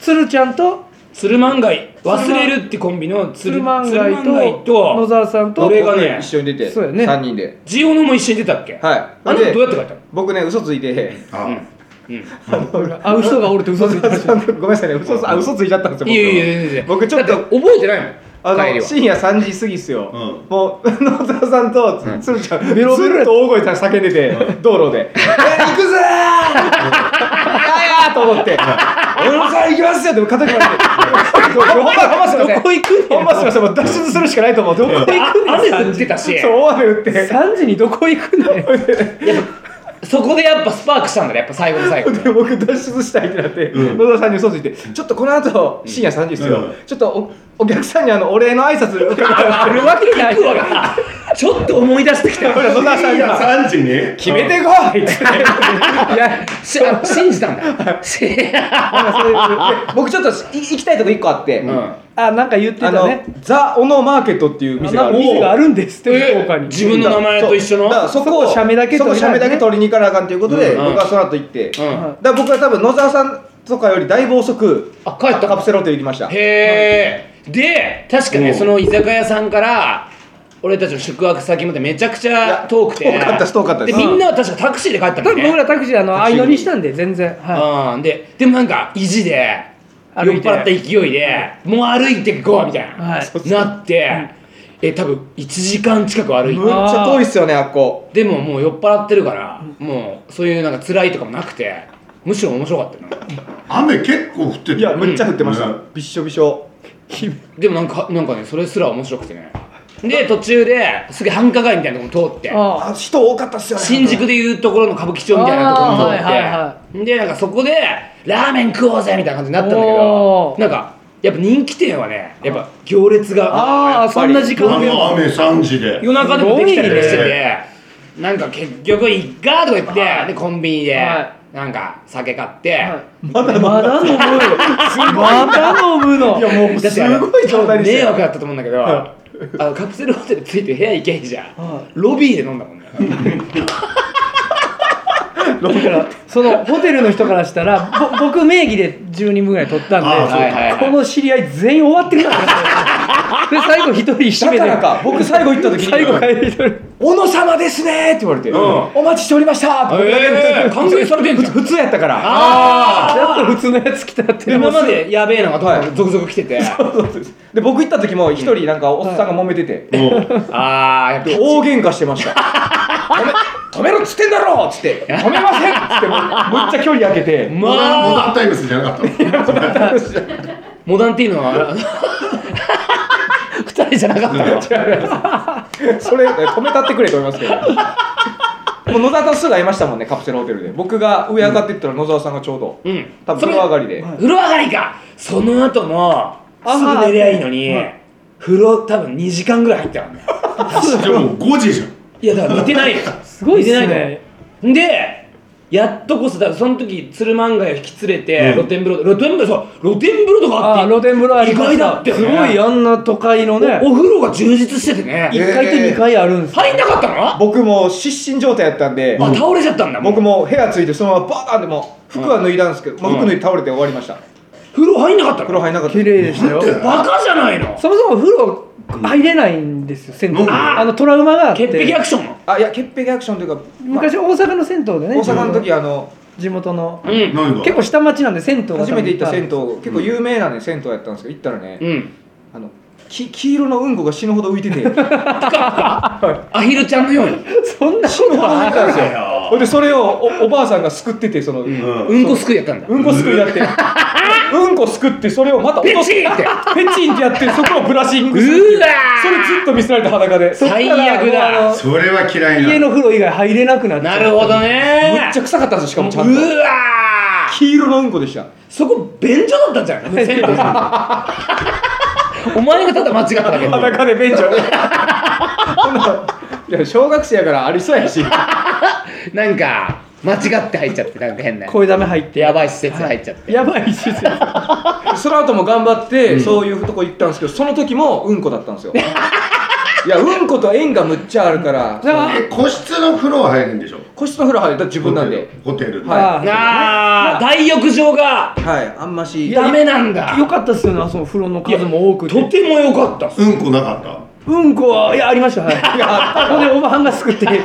[SPEAKER 4] 鶴ちゃんと
[SPEAKER 1] 鶴万貝忘れるってコンビの鶴
[SPEAKER 4] 鶴
[SPEAKER 1] 万
[SPEAKER 4] 万
[SPEAKER 1] 鶴
[SPEAKER 4] 貝
[SPEAKER 1] 万
[SPEAKER 4] と
[SPEAKER 1] 貝
[SPEAKER 4] 野
[SPEAKER 1] と
[SPEAKER 4] 沢さんと
[SPEAKER 1] 俺
[SPEAKER 3] ら
[SPEAKER 1] がね
[SPEAKER 3] 僕一緒に出て
[SPEAKER 4] そうやね
[SPEAKER 3] 3人で
[SPEAKER 1] ジオノも一緒に出たっけ、
[SPEAKER 3] はい
[SPEAKER 1] あの
[SPEAKER 3] で
[SPEAKER 1] 時どうやって帰ったの
[SPEAKER 3] 僕ね嘘つ いて
[SPEAKER 2] あ
[SPEAKER 1] うん
[SPEAKER 4] 会う人がおるって嘘ついてまし
[SPEAKER 3] ごめんなさいね嘘つあ嘘ついちゃったんですよ僕
[SPEAKER 1] いやいやいやいや
[SPEAKER 3] 僕ちょっ
[SPEAKER 1] だ
[SPEAKER 3] と
[SPEAKER 1] て覚えてないも
[SPEAKER 3] あ
[SPEAKER 1] ん帰り
[SPEAKER 3] の
[SPEAKER 1] は
[SPEAKER 3] 深夜3時過ぎっすよ、
[SPEAKER 2] う
[SPEAKER 3] もう野沢さんとつ鶴ちゃん、
[SPEAKER 4] ベロベロ
[SPEAKER 3] ずっと大声で叫んでて、道路で「え行くぜー!」ややーと思って「俺のさん行きますよ」って肩にまれて「ほんまほんますいません
[SPEAKER 4] どこ行くんや
[SPEAKER 3] ほんますいませんもう脱出するしかないと思ってどこ行くん
[SPEAKER 1] あ雨降ってたし
[SPEAKER 3] そう大雨降って
[SPEAKER 4] た3時にどこ行くんだよ
[SPEAKER 1] そこでやっぱスパークしたんだねやっぱ最後の最後に
[SPEAKER 3] で僕脱出したいってなって、
[SPEAKER 2] うん
[SPEAKER 3] 野田さんに嘘ついて、ちょっとこの後深夜3時ですよ、
[SPEAKER 2] うん
[SPEAKER 3] ちょっとおお客さんにあのお礼の挨拶を
[SPEAKER 1] あるわけないわちょっと思い出してきたよ
[SPEAKER 3] 野田さんが
[SPEAKER 2] 3時に
[SPEAKER 3] 決めてこいって
[SPEAKER 1] いやしあ信じたんだし
[SPEAKER 3] なんかそういうで 僕ちょっとい行きたいとこ一個あって、
[SPEAKER 1] うん
[SPEAKER 4] あなんか言って
[SPEAKER 3] あ
[SPEAKER 4] た
[SPEAKER 3] の、
[SPEAKER 4] ね
[SPEAKER 3] ザ・オノマーケットっていう
[SPEAKER 4] あ
[SPEAKER 3] 店が
[SPEAKER 4] な
[SPEAKER 3] あ
[SPEAKER 4] んか
[SPEAKER 3] る
[SPEAKER 4] 店があるんですって
[SPEAKER 1] え
[SPEAKER 4] 福岡に
[SPEAKER 1] 自分の名前と一緒の
[SPEAKER 3] だからそこを
[SPEAKER 4] そこを写メだけ
[SPEAKER 3] そこ
[SPEAKER 4] 撮りなが
[SPEAKER 3] 写
[SPEAKER 4] らね
[SPEAKER 3] メだけ取りに行かなあかんということで、
[SPEAKER 1] うん
[SPEAKER 3] 僕はその後行って、
[SPEAKER 1] う
[SPEAKER 3] だか
[SPEAKER 1] ん
[SPEAKER 3] ら僕は多分野沢さんとかよりだいぶ遅く
[SPEAKER 1] あ帰った
[SPEAKER 3] カプセルホテル行きました
[SPEAKER 1] へえで確か
[SPEAKER 2] う
[SPEAKER 1] ね
[SPEAKER 2] ん
[SPEAKER 1] その居酒屋さんから俺たちの宿泊先までめちゃくちゃ遠くて
[SPEAKER 3] いや遠かったです遠かった
[SPEAKER 1] で
[SPEAKER 3] です
[SPEAKER 1] みんなは確かタクシーで帰ったんだ
[SPEAKER 4] 多
[SPEAKER 1] よ
[SPEAKER 4] 分
[SPEAKER 1] ね
[SPEAKER 4] 僕らタクシーあの相乗りしたんで全然は
[SPEAKER 1] うんででもなんか意地で酔っ
[SPEAKER 4] 歩いて
[SPEAKER 1] 払った勢いでもう歩いてこうみたいな、
[SPEAKER 4] はい
[SPEAKER 1] なって、え多分1時間近く歩いて、
[SPEAKER 3] むっちゃ遠いっすよねあっこ
[SPEAKER 1] でももう酔っ払ってるから、もうそういうなんか辛いとかもなくてむしろ面白かったよな
[SPEAKER 2] 雨結構降ってた
[SPEAKER 3] いやむっちゃ降ってました、
[SPEAKER 2] うん
[SPEAKER 3] びっしょびしょ
[SPEAKER 1] でもなんかなんかねそれすら面白くてねで途中ですげえ繁華街みたいなとこも通って
[SPEAKER 4] いああ
[SPEAKER 3] あ人多かったっすよね
[SPEAKER 1] 新宿でいうところの歌舞伎町みたいなところに通って、
[SPEAKER 4] あーはいはいは
[SPEAKER 1] でなんかそこでラーメン食おうぜみたいな感じになったんだけど
[SPEAKER 4] おー
[SPEAKER 1] なんかやっぱ人気店はねやっぱ行列が
[SPEAKER 4] ああそんな時
[SPEAKER 2] あ
[SPEAKER 4] 間
[SPEAKER 2] の雨3時で
[SPEAKER 1] 夜中でもできたりとかして
[SPEAKER 2] すごい
[SPEAKER 1] てなんか結局いっかとか言って、
[SPEAKER 4] はい
[SPEAKER 1] でコンビニで、
[SPEAKER 4] は
[SPEAKER 1] なんか酒買って、
[SPEAKER 4] まだまだ飲むまだ飲むの
[SPEAKER 3] いやもう
[SPEAKER 1] だって
[SPEAKER 3] すごい状態でし
[SPEAKER 1] 迷
[SPEAKER 3] たよ
[SPEAKER 1] 惑だったと思うんだけど、
[SPEAKER 3] は
[SPEAKER 1] あのカプセルホテルついて部屋行けへんじゃん、
[SPEAKER 4] は
[SPEAKER 1] ロビーで飲んだもんね
[SPEAKER 2] ロン
[SPEAKER 4] だからそのホテルの人からしたらぼ僕名義で10人分ぐらい取ったんで、
[SPEAKER 2] ああそう
[SPEAKER 1] かはいはいはい
[SPEAKER 4] この知り合い全員終わってくださいで最後一人締めて
[SPEAKER 3] だからか僕最後行った時に
[SPEAKER 4] 最後帰り一人
[SPEAKER 3] 小野様ですねって言われて、
[SPEAKER 2] ん
[SPEAKER 3] お待ちしておりましたって僕だけで
[SPEAKER 1] えー完成されてんじゃん
[SPEAKER 3] 普通やったから
[SPEAKER 1] あ
[SPEAKER 4] やっと普通のやつ来たって
[SPEAKER 1] ーで今までやべえのがどんどん続々来てて
[SPEAKER 3] で僕行った時も一人なんかおっさんが揉めてて、
[SPEAKER 2] うん
[SPEAKER 1] ああやっぱ
[SPEAKER 3] で大喧嘩してました止め止めろっつってんだろっつって止めませんっつってもうむっちゃ距離開けて
[SPEAKER 1] ま
[SPEAKER 2] モダンモ
[SPEAKER 1] あ
[SPEAKER 2] ダンタイムスじゃなかったの
[SPEAKER 1] モダンっていうの は二人じゃなかったの
[SPEAKER 3] それ止めたってくれと思いますけどもう野沢さんすぐ会いましたもんねカプセルホテルで僕が上上がっていったら野沢さんがちょうど、
[SPEAKER 1] うん
[SPEAKER 3] 多分風呂上がりで、
[SPEAKER 1] 風呂上がりかその後の
[SPEAKER 4] あ
[SPEAKER 1] すぐ寝りゃいいのに、
[SPEAKER 4] はい
[SPEAKER 1] 風呂多分2時間ぐらい入ってた のね
[SPEAKER 2] じゃあもう5時じゃん
[SPEAKER 1] いやだから寝てないよ
[SPEAKER 4] すごいっすね
[SPEAKER 1] 寝てないのでやっとこそだからその時鶴漫画を引き連れて、
[SPEAKER 2] うん
[SPEAKER 1] 露天風呂露天風呂そう露天風呂とか
[SPEAKER 4] あ
[SPEAKER 1] あっ
[SPEAKER 4] あ
[SPEAKER 1] て
[SPEAKER 4] 露天風呂ありました
[SPEAKER 1] 意外だってね
[SPEAKER 4] すごいあんな都会のね
[SPEAKER 1] おお風呂が充実しててね
[SPEAKER 4] 1階と2階あるんですよ
[SPEAKER 1] 入んなかったのあ
[SPEAKER 3] 僕も失神状態やったんで、
[SPEAKER 1] 倒れちゃったんだもう
[SPEAKER 3] 僕も部屋ついてそのままバーンってもう服は脱いだんですけど、まあ、服脱いで倒れて終わりました、
[SPEAKER 1] 風呂入んなかったの
[SPEAKER 3] 風呂入んなかった
[SPEAKER 4] 綺麗でしたよ
[SPEAKER 1] バカじゃないの
[SPEAKER 4] そもそも風呂入れないんですよ銭湯
[SPEAKER 2] うん
[SPEAKER 4] あのトラウマがあって
[SPEAKER 1] 潔癖アクションの
[SPEAKER 3] あいや潔癖アクションというか、まあ
[SPEAKER 4] 昔大阪の銭湯でね
[SPEAKER 3] 大阪の時あの
[SPEAKER 4] 地元の
[SPEAKER 1] うん
[SPEAKER 2] 何が
[SPEAKER 4] 結構下町なんで銭湯が
[SPEAKER 3] 初めて行った銭湯結構
[SPEAKER 2] うん
[SPEAKER 3] 有名なね銭湯やったんですけど行ったらね、
[SPEAKER 1] うん
[SPEAKER 3] あのき黄色のうんこが死ぬほど浮い てて死ぬほど浮い
[SPEAKER 1] アヒルちゃんのように
[SPEAKER 4] そんなことは
[SPEAKER 3] たんです
[SPEAKER 1] そうだよ
[SPEAKER 3] よほんでそれをおおばあさんがすくっててその、うん
[SPEAKER 2] ん
[SPEAKER 1] うんこすくいやったんだ
[SPEAKER 3] こすくいやっ てうんこすくってそれをまた落として
[SPEAKER 1] ペチンって
[SPEAKER 3] ペチンってやってそこをブラッシングする
[SPEAKER 1] うわー
[SPEAKER 3] それずっと見せられて裸で
[SPEAKER 4] そっから
[SPEAKER 1] 最悪だ
[SPEAKER 4] もうあの
[SPEAKER 2] それは嫌いな
[SPEAKER 4] 家の風呂以外入れなくなっちゃ
[SPEAKER 1] な
[SPEAKER 4] う
[SPEAKER 1] るほどね
[SPEAKER 3] むっちゃ臭かったんですよしかもちゃん
[SPEAKER 1] う
[SPEAKER 3] と
[SPEAKER 1] わー
[SPEAKER 3] 黄色のうんこで した
[SPEAKER 1] そこ便所だったんじゃな いの銭湯さんお前がただ間違っただけだ
[SPEAKER 3] 裸でベンチをそんないや小学生やからありそうやし
[SPEAKER 1] なんか間違って入っちゃってなんか変な
[SPEAKER 4] 声だめ入って
[SPEAKER 1] やばい施設入っちゃって
[SPEAKER 4] やばい施設
[SPEAKER 3] その後も頑張って、そういうとこ行ったんですけどその時もうんこだったんです よいやうんこと縁がむっちゃあるから
[SPEAKER 2] え個室の風呂は入るんでしょ
[SPEAKER 3] 個室の風呂入ったら自分なんで
[SPEAKER 2] ホテルで、
[SPEAKER 3] は
[SPEAKER 4] あ
[SPEAKER 1] あー大浴場が
[SPEAKER 3] はいあんまし
[SPEAKER 1] ダメなんだ
[SPEAKER 4] あよかったっすよねその風呂の数も多く
[SPEAKER 1] と
[SPEAKER 4] て
[SPEAKER 1] ても良かったっす
[SPEAKER 2] うんこなかった
[SPEAKER 4] うんこはいやありましたはい
[SPEAKER 3] いや
[SPEAKER 4] ここでおばはんがすくってペチンっ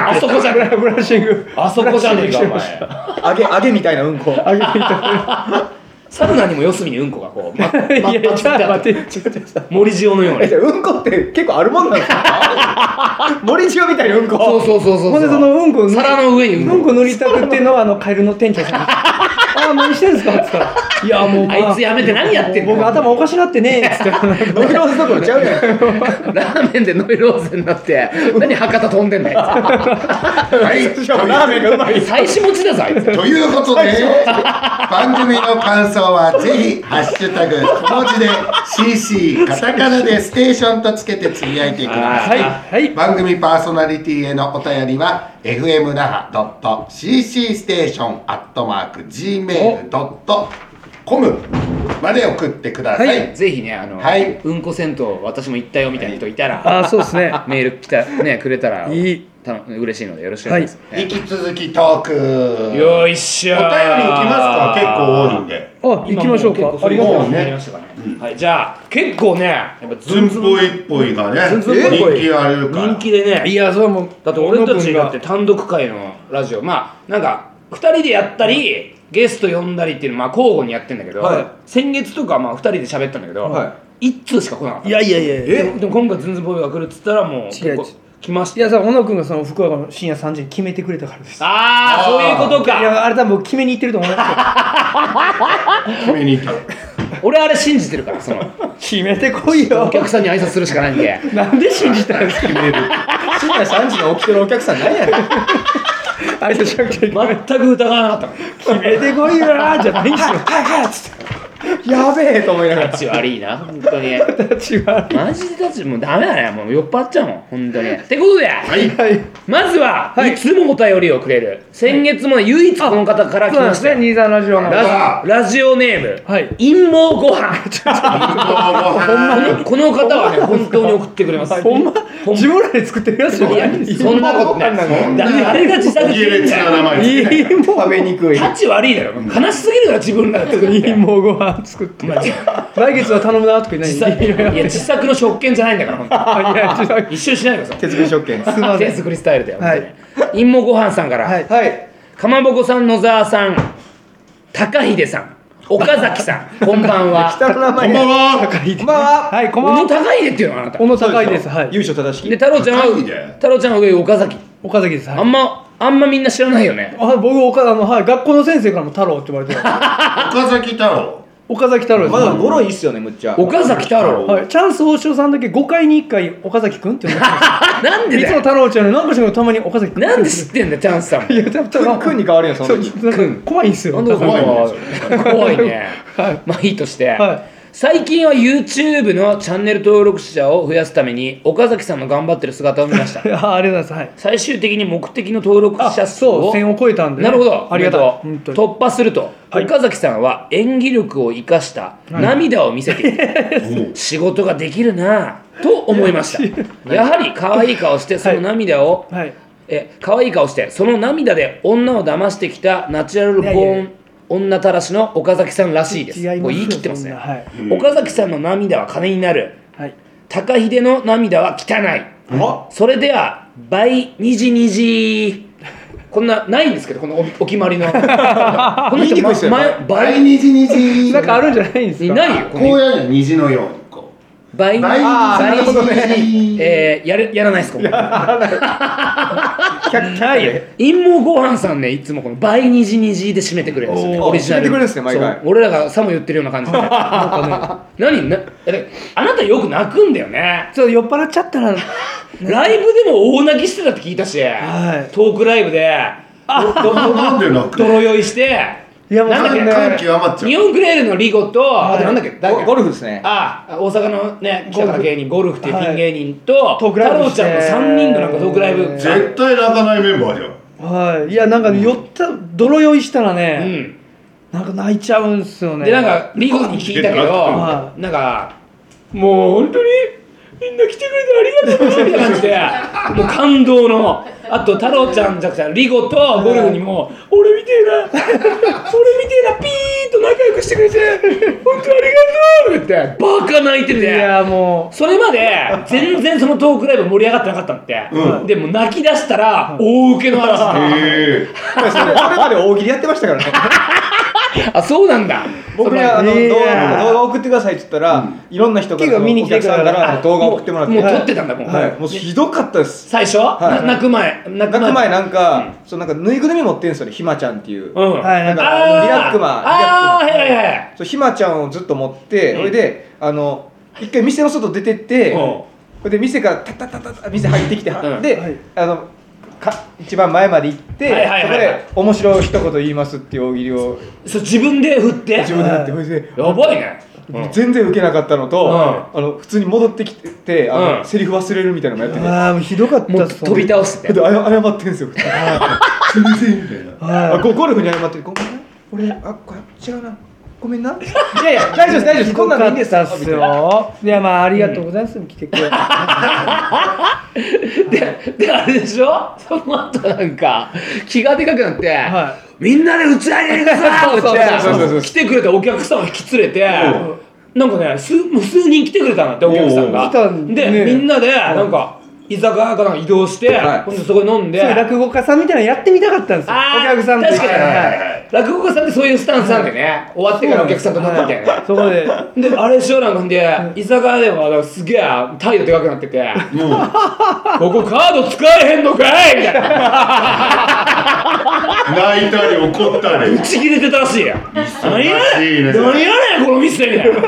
[SPEAKER 1] あそこじゃねえ
[SPEAKER 4] ブラッシング
[SPEAKER 1] あそこじゃねえかお前
[SPEAKER 3] 揚げ揚げみたいなうんこ
[SPEAKER 4] あげていた
[SPEAKER 1] サウナにも四隅にうんこがこう、ま、ま、ま
[SPEAKER 4] だいやいや
[SPEAKER 1] つってあっ
[SPEAKER 4] 待
[SPEAKER 1] て
[SPEAKER 4] って違う違う
[SPEAKER 1] 森塩のよう
[SPEAKER 3] え
[SPEAKER 1] に
[SPEAKER 3] じゃあうんこって結構あるもんなんです か森塩みたいなうんこ
[SPEAKER 1] そうそうそうそう
[SPEAKER 4] ほんでそのうんこ
[SPEAKER 1] 皿の上にうんこ
[SPEAKER 4] うんこ塗りたくてのあのカエルの店長 さんがああ何してんすか?」っつったら「いやもう、
[SPEAKER 1] あいつやめて何やってんの
[SPEAKER 4] 僕頭おかしなってね」っつって
[SPEAKER 3] ノイローズどころちゃうやん
[SPEAKER 1] ラーメンでノイローゼになって何博多飛んでんだよ
[SPEAKER 2] はい
[SPEAKER 3] しかもラーメンがうまい
[SPEAKER 1] 妻子持ちだぞあいつ
[SPEAKER 2] ということで 番組の感想はぜひ「ハッシュタグ小文字で CC カタカナでステーション」とつけてつぶやいてください
[SPEAKER 4] はいはい
[SPEAKER 2] 番組パーソナリティへのお便りは fm 那覇 .cc ステーションアットマーク gmail.com まで送ってください、
[SPEAKER 1] ぜひねあの、
[SPEAKER 2] はい
[SPEAKER 1] うんこ銭湯私も行ったよみたいな人いたら、
[SPEAKER 4] ああそ うですね
[SPEAKER 1] メール来たねくれたら
[SPEAKER 4] いい
[SPEAKER 1] たの嬉しいのでよろしくお願いします、
[SPEAKER 2] 引き続きトークお便り行
[SPEAKER 1] よいしょ
[SPEAKER 2] きますか結構多いんで
[SPEAKER 4] あ行きましょうかありが
[SPEAKER 2] とう
[SPEAKER 1] ねはいじゃあ結構ねやっぱズン
[SPEAKER 2] 寸
[SPEAKER 1] ズン
[SPEAKER 2] 法一ぽいがね
[SPEAKER 1] ズンズンぽいぽい
[SPEAKER 2] 人気あるから
[SPEAKER 1] 人気でね
[SPEAKER 4] いやそれはもう
[SPEAKER 1] だって俺たちだって
[SPEAKER 4] 小野君
[SPEAKER 1] 単独会のラジオまあなんか2人でやったりゲスト呼んだりっていうのまあ交互にやってんだけど、
[SPEAKER 3] はい
[SPEAKER 1] 先月とかまあ2人で喋ったんだけど、
[SPEAKER 3] は
[SPEAKER 1] 一通しか来なかった
[SPEAKER 4] いやいやいや
[SPEAKER 1] で
[SPEAKER 4] いや
[SPEAKER 1] もでも今回ズンズンボーイが来るっつったらもう
[SPEAKER 4] 違
[SPEAKER 1] 結
[SPEAKER 4] う
[SPEAKER 1] 構来ました
[SPEAKER 4] いやさ小野君がその福岡の深夜3時に決めてくれたからです
[SPEAKER 1] ああそういうこと
[SPEAKER 4] い
[SPEAKER 1] か
[SPEAKER 4] やあれ多分決めに行ってると思い ま
[SPEAKER 2] 決めに行った
[SPEAKER 1] 俺あれ信じてるからその
[SPEAKER 4] すよ決めてこい
[SPEAKER 1] お
[SPEAKER 4] よ
[SPEAKER 1] 客さんに挨拶するしかないんで
[SPEAKER 4] なんで信じたんですか
[SPEAKER 3] い深夜3時の起きてるお客さん何やねん
[SPEAKER 4] あいつしなくちゃいけない
[SPEAKER 1] 全く疑わなかったの
[SPEAKER 4] 決めてこいよーじゃないんですよはいはいっつって
[SPEAKER 3] やべえと思いながら
[SPEAKER 1] 立ち悪いな、本当 に。
[SPEAKER 4] 違う。は
[SPEAKER 1] マジで立ち、もうダメだね。もう酔っ払っちゃうもん、本当に。ってことで、
[SPEAKER 2] はい。
[SPEAKER 4] い。
[SPEAKER 1] まずは、
[SPEAKER 4] はい
[SPEAKER 1] い、つもお便りをくれる。先月も唯一この方から来
[SPEAKER 4] そうな
[SPEAKER 1] ま
[SPEAKER 4] んで
[SPEAKER 1] し
[SPEAKER 4] す
[SPEAKER 1] た
[SPEAKER 4] ね、
[SPEAKER 1] よ。
[SPEAKER 4] 兄さんラジオ の。
[SPEAKER 2] ジ
[SPEAKER 1] ラジラジオネーム、
[SPEAKER 4] はい
[SPEAKER 1] 陰謀ご飯 こ
[SPEAKER 2] は
[SPEAKER 1] のこの方はね本当に送ってくれます
[SPEAKER 4] ほんま
[SPEAKER 1] ほん
[SPEAKER 4] 自分らで作ってるやつじゃないんです
[SPEAKER 1] そんなことない
[SPEAKER 2] んな
[SPEAKER 1] 誰が自作してるんだよ
[SPEAKER 2] 名
[SPEAKER 4] い
[SPEAKER 2] 前ですね
[SPEAKER 4] いも
[SPEAKER 3] 食べにくい
[SPEAKER 1] 立ち悪いだろ悲しすぎるから自分らが作
[SPEAKER 4] う、
[SPEAKER 1] るっ
[SPEAKER 4] いい
[SPEAKER 1] て
[SPEAKER 4] もうご飯作って。
[SPEAKER 1] まあ
[SPEAKER 4] 来月は頼むなとか言っ
[SPEAKER 1] 自
[SPEAKER 4] てない。
[SPEAKER 1] 作いや自作の食券じゃないんだから本当
[SPEAKER 4] あ いや、違う。
[SPEAKER 1] に一緒にしないでくださ
[SPEAKER 3] 手作り食券
[SPEAKER 4] すいま
[SPEAKER 1] い
[SPEAKER 4] せ
[SPEAKER 1] 手
[SPEAKER 4] ん。
[SPEAKER 1] 作りスタイルだよ、本当に陰謀ご飯さんから、
[SPEAKER 4] はい。
[SPEAKER 3] はい
[SPEAKER 1] かまぼこさん野沢さん高秀さん岡崎 さんこんばんは
[SPEAKER 3] 下の名
[SPEAKER 2] こ
[SPEAKER 3] 前
[SPEAKER 2] んばん
[SPEAKER 3] は
[SPEAKER 2] は。
[SPEAKER 4] い、こんばんは。
[SPEAKER 3] は
[SPEAKER 4] はい、こんばん
[SPEAKER 1] 小野
[SPEAKER 4] は。
[SPEAKER 1] 高秀っていうのあなた
[SPEAKER 4] 小野高いです。はい。
[SPEAKER 3] 優勝正しき
[SPEAKER 1] で太郎ちゃんは
[SPEAKER 2] 高いね
[SPEAKER 1] 太郎ちゃんは上岡崎
[SPEAKER 4] 岡崎です。はい
[SPEAKER 1] あんまあんまみんな知らないよね
[SPEAKER 4] あ僕岡あの、はい、学校の先生からも太郎って言われてた
[SPEAKER 2] 岡崎太郎。
[SPEAKER 4] 岡崎太郎です、
[SPEAKER 3] まだゴロいいっすよねむっちゃ
[SPEAKER 1] 岡崎太郎
[SPEAKER 4] はい、チャンス大塩さんだけ5回に1回岡崎くんって呼んでま
[SPEAKER 1] あなん
[SPEAKER 4] す
[SPEAKER 1] で
[SPEAKER 4] いつ
[SPEAKER 1] だ
[SPEAKER 4] も
[SPEAKER 1] よ
[SPEAKER 4] 太郎ちゃんのなんかしらたまに岡崎くん
[SPEAKER 1] なんで知ってんだよチャンスさんも
[SPEAKER 4] いや多分多分
[SPEAKER 3] くんに変わるよその時
[SPEAKER 4] そうなんか怖いんですよ
[SPEAKER 1] なんだ
[SPEAKER 4] 多分
[SPEAKER 2] 怖いね
[SPEAKER 1] 怖い怖いね
[SPEAKER 4] はい
[SPEAKER 1] まあいいとして、
[SPEAKER 4] はい
[SPEAKER 1] 最近は YouTube のチャンネル登録者を増やすために岡崎さんの頑張ってる姿を見ました
[SPEAKER 4] あありがとうございます
[SPEAKER 1] 最終的に目的の登録
[SPEAKER 4] はい
[SPEAKER 1] 者
[SPEAKER 4] あ
[SPEAKER 1] 数
[SPEAKER 4] そう
[SPEAKER 1] を
[SPEAKER 4] 1000を超えたんでね、
[SPEAKER 1] なるほど
[SPEAKER 4] ありがとう
[SPEAKER 1] おめ
[SPEAKER 4] 本
[SPEAKER 1] で
[SPEAKER 4] 当
[SPEAKER 1] と
[SPEAKER 4] に
[SPEAKER 1] う突破すると、
[SPEAKER 4] はい
[SPEAKER 1] 岡崎さんは演技力を生かした涙を見せていた、仕事ができるなぁと思いま したやはり可愛い顔してその涙を、
[SPEAKER 4] はい
[SPEAKER 1] え可愛い顔してその涙で女を騙してきたナチュラルボ
[SPEAKER 4] いやい
[SPEAKER 1] ー
[SPEAKER 4] や
[SPEAKER 1] ン女たらしの岡崎さんらしいです
[SPEAKER 4] 違いますよ
[SPEAKER 1] これ言い切ってますね、
[SPEAKER 4] そんなはい
[SPEAKER 1] 岡崎さんの涙は金になる
[SPEAKER 4] はい
[SPEAKER 1] 高秀の涙は汚い
[SPEAKER 3] あ
[SPEAKER 1] それでは倍にじにじこんなないんですけどこのおお決ま りのこの
[SPEAKER 3] 言いにくいっすよね
[SPEAKER 1] 前
[SPEAKER 2] 第
[SPEAKER 1] 倍
[SPEAKER 2] 二次二次。
[SPEAKER 4] なんかあるんじゃないんです
[SPEAKER 1] に
[SPEAKER 4] か
[SPEAKER 1] ないよこ
[SPEAKER 2] こ
[SPEAKER 1] の
[SPEAKER 2] うやる虹のようにこ
[SPEAKER 1] 倍
[SPEAKER 2] う。
[SPEAKER 1] に
[SPEAKER 2] 第
[SPEAKER 3] あーな
[SPEAKER 2] 二
[SPEAKER 3] るほ
[SPEAKER 2] 次
[SPEAKER 3] ど
[SPEAKER 2] 二
[SPEAKER 3] ね
[SPEAKER 2] 次。
[SPEAKER 1] えーやるやらないですここ
[SPEAKER 3] 100
[SPEAKER 4] ないよ
[SPEAKER 3] で
[SPEAKER 1] 陰謀ご飯さんねいつもこの倍にじにじで締めてくれるんですよね
[SPEAKER 3] おー
[SPEAKER 1] オリジナル
[SPEAKER 3] 締めてくれるんですね毎回
[SPEAKER 1] そう俺らがさも言ってるような感じでなんか ね何なえであなたよく泣くんだよね
[SPEAKER 4] ちょっと酔っ払っちゃったら
[SPEAKER 1] ライブでも大泣きしてたって聞いたし、
[SPEAKER 4] はい
[SPEAKER 1] トークライブでどどど
[SPEAKER 2] なんで泣くの
[SPEAKER 1] 泥酔いして
[SPEAKER 4] いやもう
[SPEAKER 1] なんだっけ
[SPEAKER 4] そんな
[SPEAKER 2] 感極まっち
[SPEAKER 1] 日
[SPEAKER 2] ゃう。
[SPEAKER 1] 本クレールのリゴと、あとなんだっけ誰だっけ
[SPEAKER 3] ゴゴルフですね
[SPEAKER 1] ああ大阪のね北から芸人ゴルフっていうピン芸人と、
[SPEAKER 4] トークライブ
[SPEAKER 1] 太郎ちゃんの
[SPEAKER 4] して
[SPEAKER 1] 3人がなんかトークライブ
[SPEAKER 2] 絶対泣かないメンバーじゃん。
[SPEAKER 4] はいいやなんか酔った泥酔いしたら
[SPEAKER 1] う
[SPEAKER 4] ね、
[SPEAKER 1] ん
[SPEAKER 4] なんか泣いちゃうんですよね
[SPEAKER 1] でなんかリゴに聞いたけど、
[SPEAKER 4] は
[SPEAKER 1] なんかもう本当にみんな来てくれてありがとうみたいな感じでもう感動のあと太郎ちゃんじゃなくてリゴとゴルフにも「俺みてえな俺みてえなピーンと仲良くしてくれて本当ありがとう」って言ってバカ泣いてる
[SPEAKER 4] い
[SPEAKER 1] ね
[SPEAKER 4] やもう
[SPEAKER 1] それまで全然そのトークライブ盛り上がってなかったんって、
[SPEAKER 2] うん
[SPEAKER 1] でも泣き出したら大受けの嵐
[SPEAKER 2] え
[SPEAKER 3] それそれまで大喜利やってましたからね
[SPEAKER 1] あそうなんだ
[SPEAKER 3] 僕にあの
[SPEAKER 4] それ
[SPEAKER 3] 動
[SPEAKER 4] い
[SPEAKER 3] 画
[SPEAKER 4] や
[SPEAKER 3] 動画送ってくださいって言ったらいろんな人から
[SPEAKER 4] 結構見に来て
[SPEAKER 3] お
[SPEAKER 4] く
[SPEAKER 3] 客
[SPEAKER 4] れ
[SPEAKER 3] さ
[SPEAKER 4] た
[SPEAKER 3] ん
[SPEAKER 4] か
[SPEAKER 3] からら動画送ってもらって
[SPEAKER 1] もうもう
[SPEAKER 3] は
[SPEAKER 1] 撮
[SPEAKER 3] い
[SPEAKER 1] ってたんだもん、
[SPEAKER 3] はいもうひどかったです
[SPEAKER 1] 最初、
[SPEAKER 3] はい
[SPEAKER 1] な泣く前泣
[SPEAKER 3] 泣く前なんかそのなんかぬいぐるみ持ってんすよねひまちゃんっていう
[SPEAKER 1] うん、
[SPEAKER 4] はい
[SPEAKER 3] な
[SPEAKER 4] なんん
[SPEAKER 3] か
[SPEAKER 4] か
[SPEAKER 3] あの
[SPEAKER 1] ー
[SPEAKER 3] リラックマ
[SPEAKER 1] あー
[SPEAKER 3] リラックマ
[SPEAKER 1] はいはいはい
[SPEAKER 3] そうひまちゃんをずっと持って
[SPEAKER 1] うん
[SPEAKER 3] それであの一回店の外出てって
[SPEAKER 1] うん
[SPEAKER 3] それで店からタッタッタッタッタッ店入ってきて
[SPEAKER 1] うん
[SPEAKER 4] は
[SPEAKER 3] で
[SPEAKER 4] い
[SPEAKER 3] あのか一番前まで行って
[SPEAKER 1] はいはい
[SPEAKER 3] そ
[SPEAKER 1] はい
[SPEAKER 3] こ
[SPEAKER 1] はい
[SPEAKER 3] で面白い一言言いますっていう大喜利を
[SPEAKER 1] そう自分で振って
[SPEAKER 3] 自分でやってそれで
[SPEAKER 1] やばいね、うん
[SPEAKER 3] 全然ウケなかったのと、
[SPEAKER 1] うん
[SPEAKER 3] あの普通に戻ってきててあの、
[SPEAKER 1] うん
[SPEAKER 3] セリフ忘れるみたいなのもやって
[SPEAKER 4] あーもうひどかった
[SPEAKER 1] も
[SPEAKER 4] っ
[SPEAKER 1] う
[SPEAKER 4] す
[SPEAKER 1] 飛び倒すって
[SPEAKER 3] てであや謝ってん すよ普通に
[SPEAKER 2] ー。全然みたいな。
[SPEAKER 4] は
[SPEAKER 3] あ
[SPEAKER 4] い
[SPEAKER 3] ゴゴルフに謝ってごめんな俺あこれ違うなごめん ないやいや大丈夫です大丈夫ですこんなのいいんです
[SPEAKER 4] よっすよいやまあありがとうございます、来てくれて
[SPEAKER 1] でであれでしょその後なんか気がでかくなって、
[SPEAKER 4] は
[SPEAKER 1] みんなで打ち上げに行くぞ
[SPEAKER 4] そうそう
[SPEAKER 1] って
[SPEAKER 3] そうそうそう
[SPEAKER 1] 来てくれたお客さんを引き連れてなんかね数もう数人来てくれたんだってお客さん
[SPEAKER 4] おうお
[SPEAKER 1] が
[SPEAKER 4] う来たん
[SPEAKER 1] で、
[SPEAKER 4] だね
[SPEAKER 1] みんなでなんか居酒屋から移動して、
[SPEAKER 3] はい
[SPEAKER 1] ほんでそこに飲んで
[SPEAKER 4] そういう落語家さんみたいなのやってみたかったんですよ
[SPEAKER 1] あ
[SPEAKER 4] お
[SPEAKER 1] ー
[SPEAKER 4] 客さんと
[SPEAKER 1] 確かに、
[SPEAKER 4] はい
[SPEAKER 1] 落語家さんってそういうスタンスなんでね、終わってからお客さんと飲むみたいなね、
[SPEAKER 4] はいそこで
[SPEAKER 1] であれしようなんかんで居酒屋でもなんかすげえ態度でかくなってて 「
[SPEAKER 2] もう
[SPEAKER 1] ここカード使えへんのかい!」みたいな
[SPEAKER 2] 泣いたり怒ったり。
[SPEAKER 1] ちぎれてたらしいや何や
[SPEAKER 2] しい
[SPEAKER 1] ね
[SPEAKER 2] ね
[SPEAKER 1] ん何やねんこの店みたいな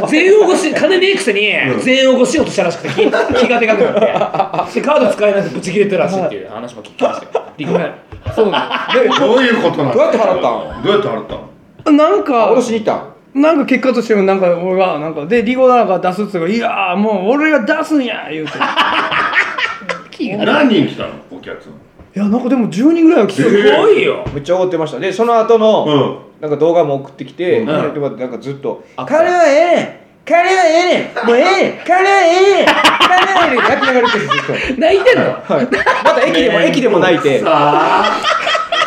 [SPEAKER 1] ば全員起こし金ねえくせに全員起こしようとしたらしくて気気がでかくなってでカード使えなくてブチ切れてたらしいっていう話も聞きましたよリコメン
[SPEAKER 4] そうなんです
[SPEAKER 2] どういうことなの
[SPEAKER 3] どうやって払った
[SPEAKER 2] どうやって払ったの
[SPEAKER 4] なんか
[SPEAKER 3] 俺しに行った
[SPEAKER 4] なんか結果としてもなんか俺がなんかでリゴダが出すっつうから「いやーもう俺が出すんや」言うて
[SPEAKER 2] 何人来たのお客さん
[SPEAKER 4] いやなんかでも10人ぐらいは来て
[SPEAKER 1] す
[SPEAKER 4] る
[SPEAKER 1] ごいよ
[SPEAKER 3] めっちゃ怒ってましたでその後の、
[SPEAKER 2] うん
[SPEAKER 3] なんか動画も送ってき
[SPEAKER 2] う
[SPEAKER 3] て、
[SPEAKER 2] ん
[SPEAKER 3] でまたなんかずっと「彼はええねん彼はええねんもうええねん彼はええねん彼はええねん」ってやってながら言ってるんですよずっ
[SPEAKER 1] 泣いてんの
[SPEAKER 3] と、はい、また駅でも駅でも泣いて
[SPEAKER 2] さあ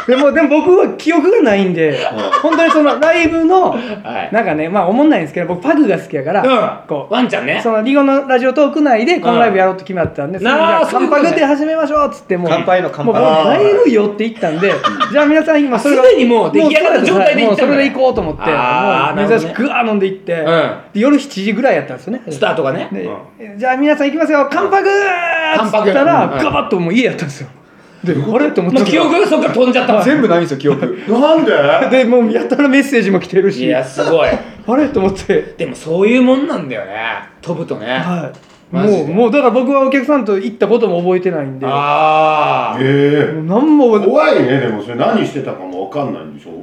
[SPEAKER 4] でもでも僕は記憶がないんで本当にそのライブの
[SPEAKER 1] い
[SPEAKER 4] なんかねまあおもんないんですけど僕パグが好きやからこう
[SPEAKER 1] ワンちゃんね
[SPEAKER 4] そのリゴのラジオトーク内でこのライブやろうと決まったんで、
[SPEAKER 1] うん
[SPEAKER 4] それじゃ
[SPEAKER 1] なあ
[SPEAKER 4] あ
[SPEAKER 1] そうい
[SPEAKER 4] 乾
[SPEAKER 1] うことね
[SPEAKER 4] 杯で始めましょうっつってもう
[SPEAKER 3] 乾杯の乾杯
[SPEAKER 4] もう僕だいぶ酔っていったんでじゃあ皆さん今それが
[SPEAKER 1] すでにもう出来上がった状態で行ったんだ
[SPEAKER 4] もうそれで行こうと思って
[SPEAKER 1] あー
[SPEAKER 4] も
[SPEAKER 1] なる
[SPEAKER 4] う珍
[SPEAKER 1] ほど
[SPEAKER 4] し
[SPEAKER 1] ね
[SPEAKER 4] くグワー飲んで行って、
[SPEAKER 1] ん
[SPEAKER 4] で夜7時ぐらいやったんですよね
[SPEAKER 1] スタートがね
[SPEAKER 4] でじゃあ皆さん行きますよ乾杯っつったら
[SPEAKER 1] 乾杯うん
[SPEAKER 4] ガバッともう家やったんですよであれと思っ
[SPEAKER 1] もう
[SPEAKER 4] て
[SPEAKER 1] 記憶がそっから飛んじゃったわ
[SPEAKER 3] 全部ないんですよ記憶
[SPEAKER 2] なんで
[SPEAKER 4] でもうやたらメッセージも来てる
[SPEAKER 1] い
[SPEAKER 4] し
[SPEAKER 1] やすごい
[SPEAKER 4] あれと思って
[SPEAKER 1] でもそういうもんなんだよね飛ぶとね
[SPEAKER 4] はい
[SPEAKER 1] マジで
[SPEAKER 4] もうもうだから僕はお客さんと行ったことも覚えてないんでも
[SPEAKER 1] ああ
[SPEAKER 2] え
[SPEAKER 4] う何も
[SPEAKER 2] え
[SPEAKER 4] 覚えて
[SPEAKER 2] 怖いねでもそれ何してたかもわかんないんでしょ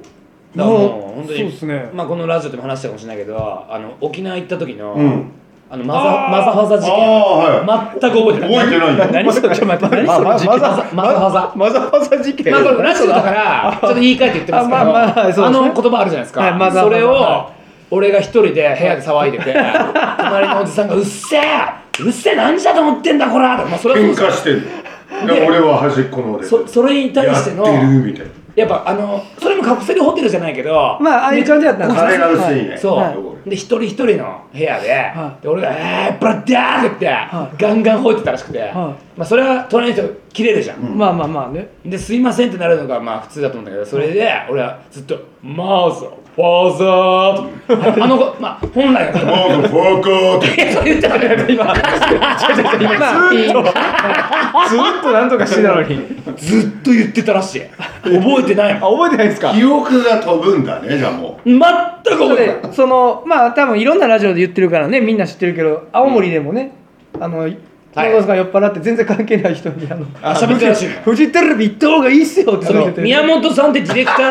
[SPEAKER 1] だからもう本当に
[SPEAKER 4] そうっすね
[SPEAKER 1] まあこのラジオでも話したかもしれないけどあの沖縄行った時の、
[SPEAKER 2] うん
[SPEAKER 1] あのマザマザハザ事
[SPEAKER 2] あ
[SPEAKER 1] 件全く覚えてない
[SPEAKER 2] 覚えてないんだ
[SPEAKER 1] 何そ れちょっと待って何
[SPEAKER 3] まあ
[SPEAKER 1] そ
[SPEAKER 3] ま
[SPEAKER 1] の
[SPEAKER 3] あ
[SPEAKER 1] 事件
[SPEAKER 3] マザ
[SPEAKER 1] マザハザ
[SPEAKER 3] マザハザ事件
[SPEAKER 1] まあこれラジオだからちょっと言い換えて言ってますけど
[SPEAKER 4] あまあまあそうですね
[SPEAKER 1] あの言葉あるじゃないですか、
[SPEAKER 4] はいマザハ
[SPEAKER 1] そ
[SPEAKER 4] ザ
[SPEAKER 1] れを
[SPEAKER 4] は
[SPEAKER 1] 俺が一人で部屋で騒い でて隣のおじさんが「うっせえうっせえ何時だと思ってんだこら!」とかまあそれはそう
[SPEAKER 2] 喧
[SPEAKER 1] ですよ
[SPEAKER 2] 嘩してるで俺は端っこの方で
[SPEAKER 1] そそれに対しての
[SPEAKER 2] やってるみたい
[SPEAKER 1] やっぱあのそれもカプセルホテルじゃないけど
[SPEAKER 4] まあああいう感じだったんで
[SPEAKER 2] な
[SPEAKER 4] す
[SPEAKER 2] あれが
[SPEAKER 4] ね
[SPEAKER 2] 薄いね
[SPEAKER 1] そう、
[SPEAKER 4] はい
[SPEAKER 1] で一人一人の部屋で,、
[SPEAKER 4] はい
[SPEAKER 1] で俺が「えー、ブラッダー!」って言って、
[SPEAKER 4] はい
[SPEAKER 1] ガンガン吠えてたらしくて、まあ、それは隣の人切れるじゃん、
[SPEAKER 2] ん
[SPEAKER 4] まあまあまあね
[SPEAKER 1] で「すいません」ってなるのがまあ普通だと思うんだけどそれで俺はずっと「マザーファーザー」とあの子まあ本来の
[SPEAKER 2] マーフォーカーって
[SPEAKER 1] いやそれ言っちゃったから今
[SPEAKER 4] まあいい
[SPEAKER 3] ずっとなんとかしてたのに
[SPEAKER 1] ずっと言ってたらしい覚えてない
[SPEAKER 3] あ
[SPEAKER 1] もん
[SPEAKER 3] 覚えてないんですか
[SPEAKER 2] 記憶が飛ぶんだねじゃあも
[SPEAKER 1] 全く覚えてない
[SPEAKER 4] でそのまあ多分いろんなラジオで言ってるからねみんな知ってるけど青森でもね、あの
[SPEAKER 1] はい
[SPEAKER 4] 中川さんが酔っ払って全然関係ない人にあの
[SPEAKER 1] あ喋ってらしい
[SPEAKER 4] フジテレビ行った方がいいっすよって
[SPEAKER 1] そ
[SPEAKER 4] 言
[SPEAKER 1] の
[SPEAKER 4] われて
[SPEAKER 1] 宮本さんってディレクター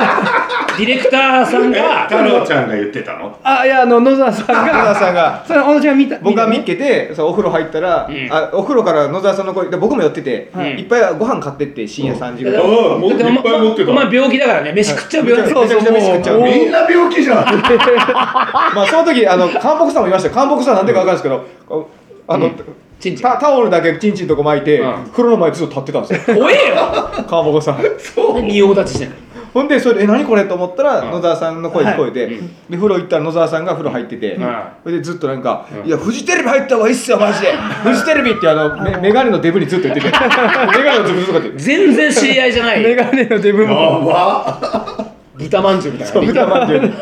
[SPEAKER 1] ディレクターさん
[SPEAKER 2] うえ
[SPEAKER 1] が
[SPEAKER 2] 太郎ちゃんが言ってたの
[SPEAKER 4] あいやあの野沢さん
[SPEAKER 3] 野
[SPEAKER 4] が
[SPEAKER 3] 沢さんが
[SPEAKER 4] それ小野ちゃん見た
[SPEAKER 3] 僕が見
[SPEAKER 4] 見
[SPEAKER 3] っけてそうお風呂入ったら、
[SPEAKER 1] ん
[SPEAKER 3] あお風呂から野沢さんの声で僕も寄ってて、
[SPEAKER 1] はい
[SPEAKER 3] い、っぱいご飯買ってって深夜3時ぐら
[SPEAKER 2] あ
[SPEAKER 3] い、
[SPEAKER 2] もう
[SPEAKER 1] だってお前
[SPEAKER 2] いっぱい持ってた
[SPEAKER 1] お前病気だからね飯食っちゃう病気
[SPEAKER 3] めちゃくちゃ飯食っちゃ
[SPEAKER 4] そうそ
[SPEAKER 3] う
[SPEAKER 4] うもう
[SPEAKER 2] みんな病気じゃん
[SPEAKER 3] まあその時あの韓国さんもいましたよ韓国さんなんでかわかんないですけどこうあの、
[SPEAKER 1] チンチン
[SPEAKER 3] タタオルだけチンチンとこ巻いて、
[SPEAKER 1] うん
[SPEAKER 3] 風呂の前ずっと立ってたんです よ
[SPEAKER 1] 怖えよ
[SPEAKER 3] 韓国さん
[SPEAKER 1] 仁王立ちしてんの
[SPEAKER 3] ほんでそれ「え何これ?」と思ったら
[SPEAKER 1] うん
[SPEAKER 3] 野沢さんの声聞こえて、
[SPEAKER 1] はいうん
[SPEAKER 3] で風呂行ったら野沢さんが風呂入ってて、
[SPEAKER 1] うん
[SPEAKER 3] それでずっとなんか「
[SPEAKER 1] うん
[SPEAKER 3] いやフジテレビ入った方がいいっすよ マジでフジテレビ」ってあのめメガネのデブにずっと言っててメガネのデブずっと言って
[SPEAKER 1] 全然知り合いじゃない
[SPEAKER 4] メガネのデブ
[SPEAKER 2] や
[SPEAKER 4] も
[SPEAKER 2] ば
[SPEAKER 1] 豚まんじゅうみたいなね
[SPEAKER 3] 豚まんじゅう